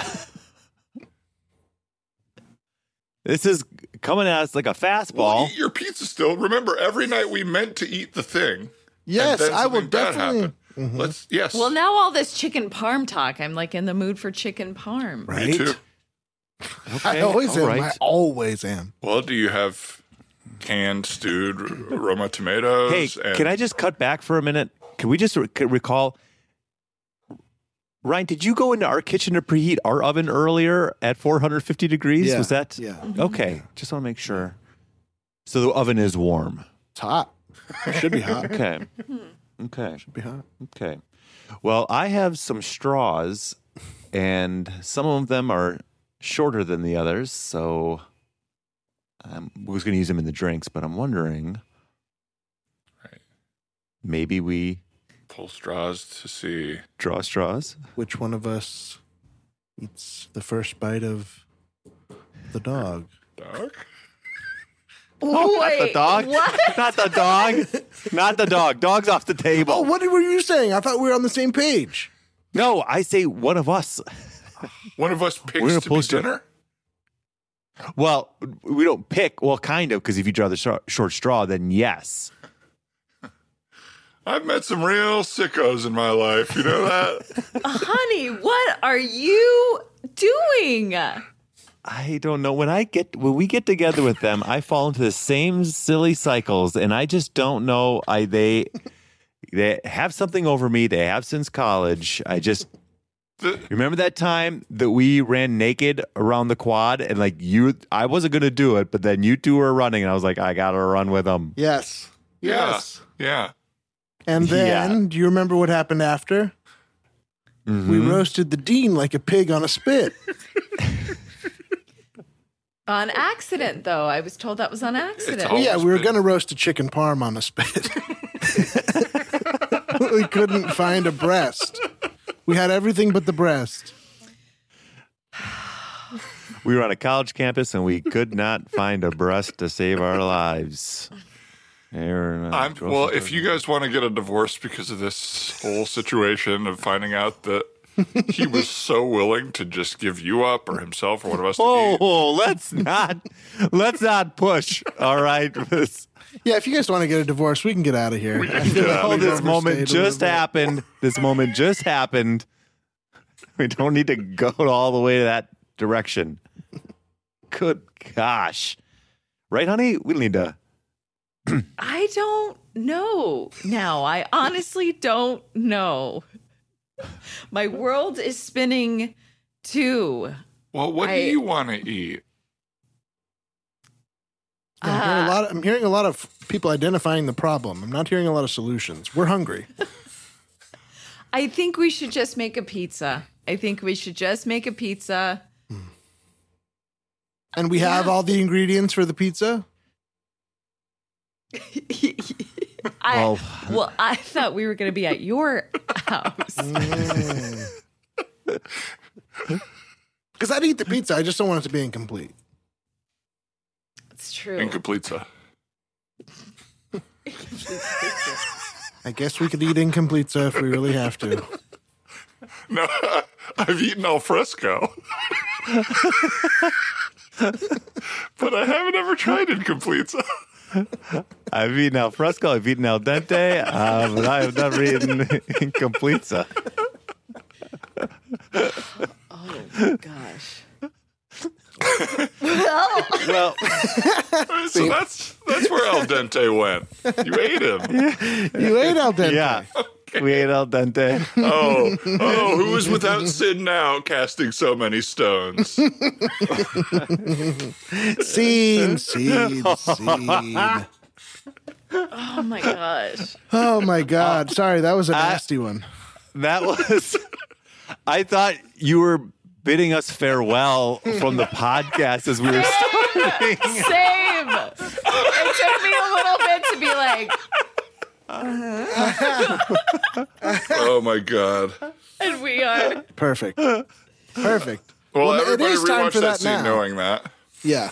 Speaker 8: this is coming at us like a
Speaker 1: Well,
Speaker 8: fastball.
Speaker 1: eat your pizza still. Remember, every night we meant to eat the thing.
Speaker 3: Yes,
Speaker 1: and then
Speaker 3: I will
Speaker 1: something bad
Speaker 3: definitely.
Speaker 1: happened. Let's yes.
Speaker 4: Well, now all this chicken parm talk, I'm like in the mood for chicken parm.
Speaker 3: Right.
Speaker 1: me too.
Speaker 8: Okay,
Speaker 3: I always
Speaker 8: all
Speaker 3: am. I
Speaker 8: right.
Speaker 3: always am.
Speaker 1: Well, do you have canned stewed r- Roma tomatoes?
Speaker 8: Hey,
Speaker 1: and-
Speaker 8: can I just cut back for a minute? Can we just re- could recall? Ryan, did you go into our kitchen to preheat our oven earlier at 450 degrees?
Speaker 3: Yeah,
Speaker 8: Was that
Speaker 3: yeah.
Speaker 8: Okay, just want to make sure. So the oven is warm.
Speaker 3: It's hot. It should be hot. It
Speaker 8: Okay. okay.
Speaker 3: should be hot.
Speaker 8: Okay. Well, I have some straws, and some of them are shorter than the others. So I was going to use them in the drinks, but I'm wondering
Speaker 1: Right.
Speaker 8: maybe we
Speaker 1: pull straws to see?
Speaker 8: draw straws.
Speaker 3: Which one of us eats the first bite of the dog?
Speaker 1: Dog.
Speaker 8: not the dog. Not the dog. Not the dog. Dog's off the table.
Speaker 3: Oh, what were you saying? I thought we were on the same page.
Speaker 8: No, I say one of us.
Speaker 1: One of us picks
Speaker 8: gonna
Speaker 1: to
Speaker 8: pull
Speaker 1: be
Speaker 8: stra-
Speaker 1: dinner.
Speaker 8: Well, we don't pick. Well, kind of, because if you draw the shor- short straw, then yes.
Speaker 1: I've met some real sickos in my life. You know that?
Speaker 4: Honey, what are you doing?
Speaker 8: I don't know. When I get when we get together with them, I fall into the same silly cycles, and I just don't know. I they they have something over me. They have since college. I just remember that time that we ran naked around the quad, and like you, I wasn't gonna do it, but then you two were running, and I was like, I gotta run with them.
Speaker 3: Yes.
Speaker 1: Yeah. Yeah.
Speaker 3: And then,
Speaker 8: Yeah.
Speaker 3: do you remember what happened after? We roasted the dean like a pig on a spit.
Speaker 4: On accident, though. I was told that was on accident.
Speaker 1: all-
Speaker 3: yeah, we were
Speaker 1: spit.
Speaker 3: going to roast a chicken parm on a spit. we couldn't find a breast. We had everything but the breast.
Speaker 8: We were on a college campus, and we could not find a breast to save our lives. uh,
Speaker 1: I'm, well, if you guys want to get a divorce because of this whole situation of finding out that he was so willing to just give you up or himself or one of us to
Speaker 8: Oh,
Speaker 1: eat,
Speaker 8: let's not let's not push. All right, this,
Speaker 3: Yeah, if you guys want to get a divorce, we can get out of here. I feel like
Speaker 8: oh,
Speaker 3: we've
Speaker 8: this moment
Speaker 3: overstayed a
Speaker 8: just
Speaker 3: little bit.
Speaker 8: happened. This moment just happened. We don't need to go all the way to that direction. Good gosh, right, honey? We need to.
Speaker 4: I don't know now. I honestly don't know. My world is spinning too.
Speaker 1: well, what
Speaker 4: I-
Speaker 1: do you want to eat?
Speaker 3: Yeah, I'm, hearing a lot I'm hearing a lot of people identifying the problem. I'm not hearing a lot of solutions. We're hungry.
Speaker 4: I think we should just make a pizza. I think we should just make a pizza.
Speaker 3: And we have all the ingredients for the pizza.
Speaker 4: I,
Speaker 8: Well-
Speaker 4: well, I thought we were going to be at your house.
Speaker 3: Because I'd eat the pizza, I just don't want it to be incomplete.
Speaker 4: true.
Speaker 1: Incomplete. sir.
Speaker 3: I guess we could eat incomplete stuff if we really have to.
Speaker 1: No, I've eaten al fresco. but I haven't ever tried incomplete. sir.
Speaker 8: I've eaten al fresco, I've eaten al dente, uh, but I have never eaten incomplete. sir.
Speaker 4: Oh gosh. well,
Speaker 8: Well,
Speaker 1: so that's that's where al dente went. You ate him.
Speaker 3: You ate al dente.
Speaker 8: yeah, we ate al dente.
Speaker 1: Oh, oh, who is without sin now, casting so many stones?
Speaker 3: Scene, scene, scene.
Speaker 4: oh my gosh.
Speaker 3: Oh my God. Sorry, that was a nasty one.
Speaker 8: That was. I thought you were bidding us farewell from the podcast as we were starting.
Speaker 4: Same. It took me a little bit to be like,
Speaker 1: Oh my god.
Speaker 4: and we are.
Speaker 3: Perfect. Perfect.
Speaker 1: Well,
Speaker 3: Well, it
Speaker 1: everybody
Speaker 3: is time
Speaker 1: rewatched
Speaker 3: for
Speaker 1: that,
Speaker 3: that
Speaker 1: scene
Speaker 3: now.
Speaker 1: knowing that.
Speaker 3: Yeah.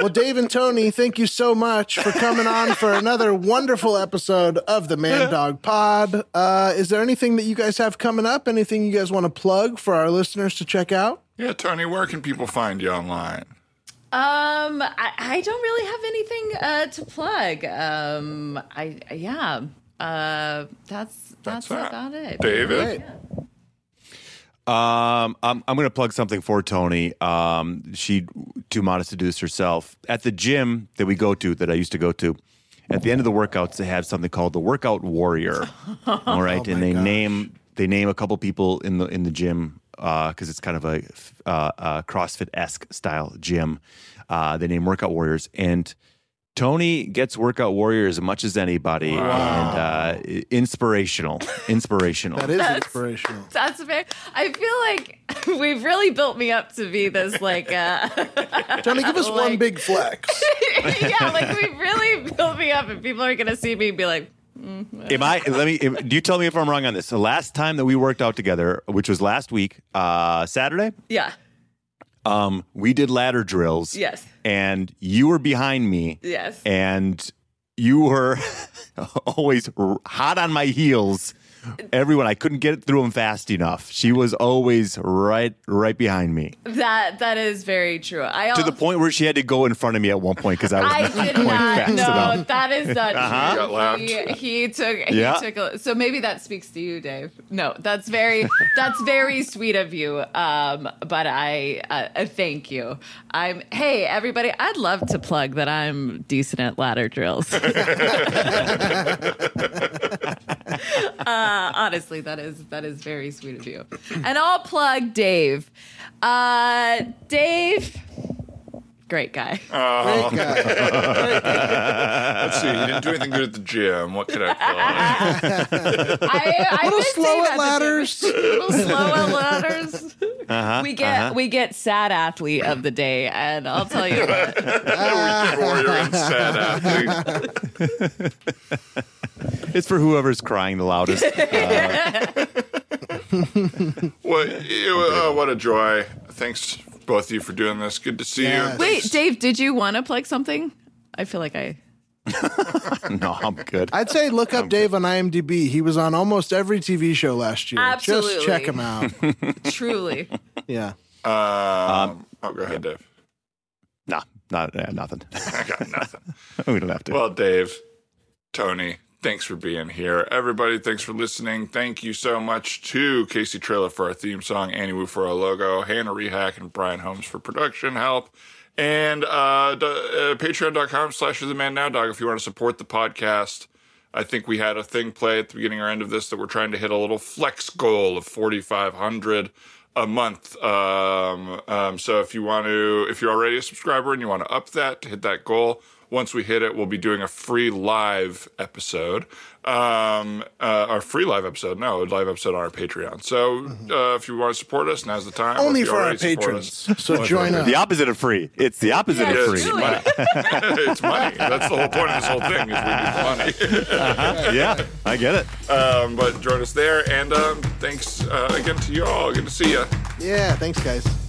Speaker 3: well, Dave and Tony, thank you so much for coming on for another wonderful episode of the Man Dog Pod. Uh, is there anything that you guys have coming up? Anything you guys want to plug for our listeners to check out?
Speaker 1: Yeah, Tony, where can people find you online?
Speaker 4: Um, I, I don't really have anything uh, to plug. Um, I yeah. Uh, that's that's,
Speaker 1: that.
Speaker 4: about it.
Speaker 1: David?
Speaker 8: Um, I'm, I'm going to plug something for Tony. Um, she too modest to do this herself. At the gym that we go to, that I used to go to, at the end of the workouts, they have something called the Workout Warrior. All right, and they name they name a couple people in the in the gym because it's kind of a uh, uh, CrossFit esque style gym. Uh, they name Workout Warriors and. Tony gets workout warrior as much as anybody, and uh, inspirational, inspirational.
Speaker 3: That is inspirational.
Speaker 4: That's very. I feel like we've really built me up to be this like. Uh,
Speaker 3: Tony, give us one
Speaker 4: Like-
Speaker 3: big flex.
Speaker 4: yeah, like we really built me up, and people are gonna see me and be like,
Speaker 8: Am I? Let me. Am, do you tell me if I'm wrong on this? The last time that we worked out together, which was last week, uh, Saturday,
Speaker 4: yeah,
Speaker 8: um, we did ladder drills.
Speaker 4: yes,
Speaker 8: And you were behind me,
Speaker 4: yes.
Speaker 8: and you were always r- hot on my heels. Everyone, I couldn't get through them fast enough. She was always right, right behind me
Speaker 4: That that is very true. I
Speaker 8: to the point where she had to go in front of me at one point because I was
Speaker 4: I
Speaker 8: not
Speaker 4: did
Speaker 8: going
Speaker 4: not.
Speaker 8: fast
Speaker 4: No,
Speaker 8: enough.
Speaker 4: that is not
Speaker 1: You
Speaker 4: true.
Speaker 1: got lapped.
Speaker 4: He, he took. He
Speaker 8: Yeah.
Speaker 4: took. A, so maybe that speaks to you, Dave. No, that's very. that's very sweet of you. Um, but I uh, uh, thank you. I'm. Hey, everybody. I'd love to plug that I'm decent at ladder drills. uh, honestly, that is that is very sweet of you. And I'll plug Dave. Uh, Dave. Great guy.
Speaker 1: Oh,
Speaker 3: Great guy.
Speaker 1: let's see. You didn't do anything good at the gym. What could I plug?
Speaker 4: I, I
Speaker 3: Little
Speaker 4: been
Speaker 3: slow
Speaker 4: saying that
Speaker 3: at
Speaker 4: to
Speaker 3: ladders.
Speaker 4: people. little slow at ladders. we get we get sad athlete of the day, and I'll tell you what.
Speaker 1: Warrior and sad athlete.
Speaker 8: It's for whoever's crying the loudest.
Speaker 1: What, you- uh, what a joy. Thanks, both of you, for doing this. Good to see
Speaker 3: Yes.
Speaker 1: you.
Speaker 4: Wait, Dave, did you want to plug something? I feel like I.
Speaker 8: no, I'm good.
Speaker 3: I'd say look up Dave on IMDb. He was on almost every TV show last year.
Speaker 4: Absolutely.
Speaker 3: Just check him out.
Speaker 4: Truly.
Speaker 3: Yeah.
Speaker 1: Um, oh, go ahead, Dave.
Speaker 8: Nah, not uh, nothing.
Speaker 1: I got nothing.
Speaker 8: we don't have to.
Speaker 1: Well, Dave, Tony, thanks for being here. Everybody, thanks for listening. Thank you so much to Casey Trailer for our theme song, Annie Wu for our logo, Hannah Rehack and Brian Holmes for production help, and uh, d- uh, patreon.com slash the man now dog if you want to support the podcast. I think we had a thing play at the beginning or end of this that we're trying to hit a little flex goal of 4,500 a month. Um, um, so if you want to, if you're already a subscriber and you want to up that to hit that goal, once we hit it, we'll be doing a free live episode. Um, uh, our free live episode, no, a live episode on our Patreon. So uh, if you want to support us, now's the time. Or
Speaker 3: Mm-hmm. Only
Speaker 1: if you
Speaker 3: for our
Speaker 1: already support
Speaker 3: patrons.
Speaker 1: us-
Speaker 3: So join us.
Speaker 8: the opposite of free. It's the opposite
Speaker 4: Yeah,
Speaker 8: of
Speaker 1: It's
Speaker 8: free.
Speaker 4: Really?
Speaker 1: money. it's money. That's the whole point of this whole thing is we need the money.
Speaker 8: Yeah, I get it.
Speaker 1: um, but join us there. And um, thanks uh, again to you all. Good to see you.
Speaker 3: Yeah. Thanks, guys.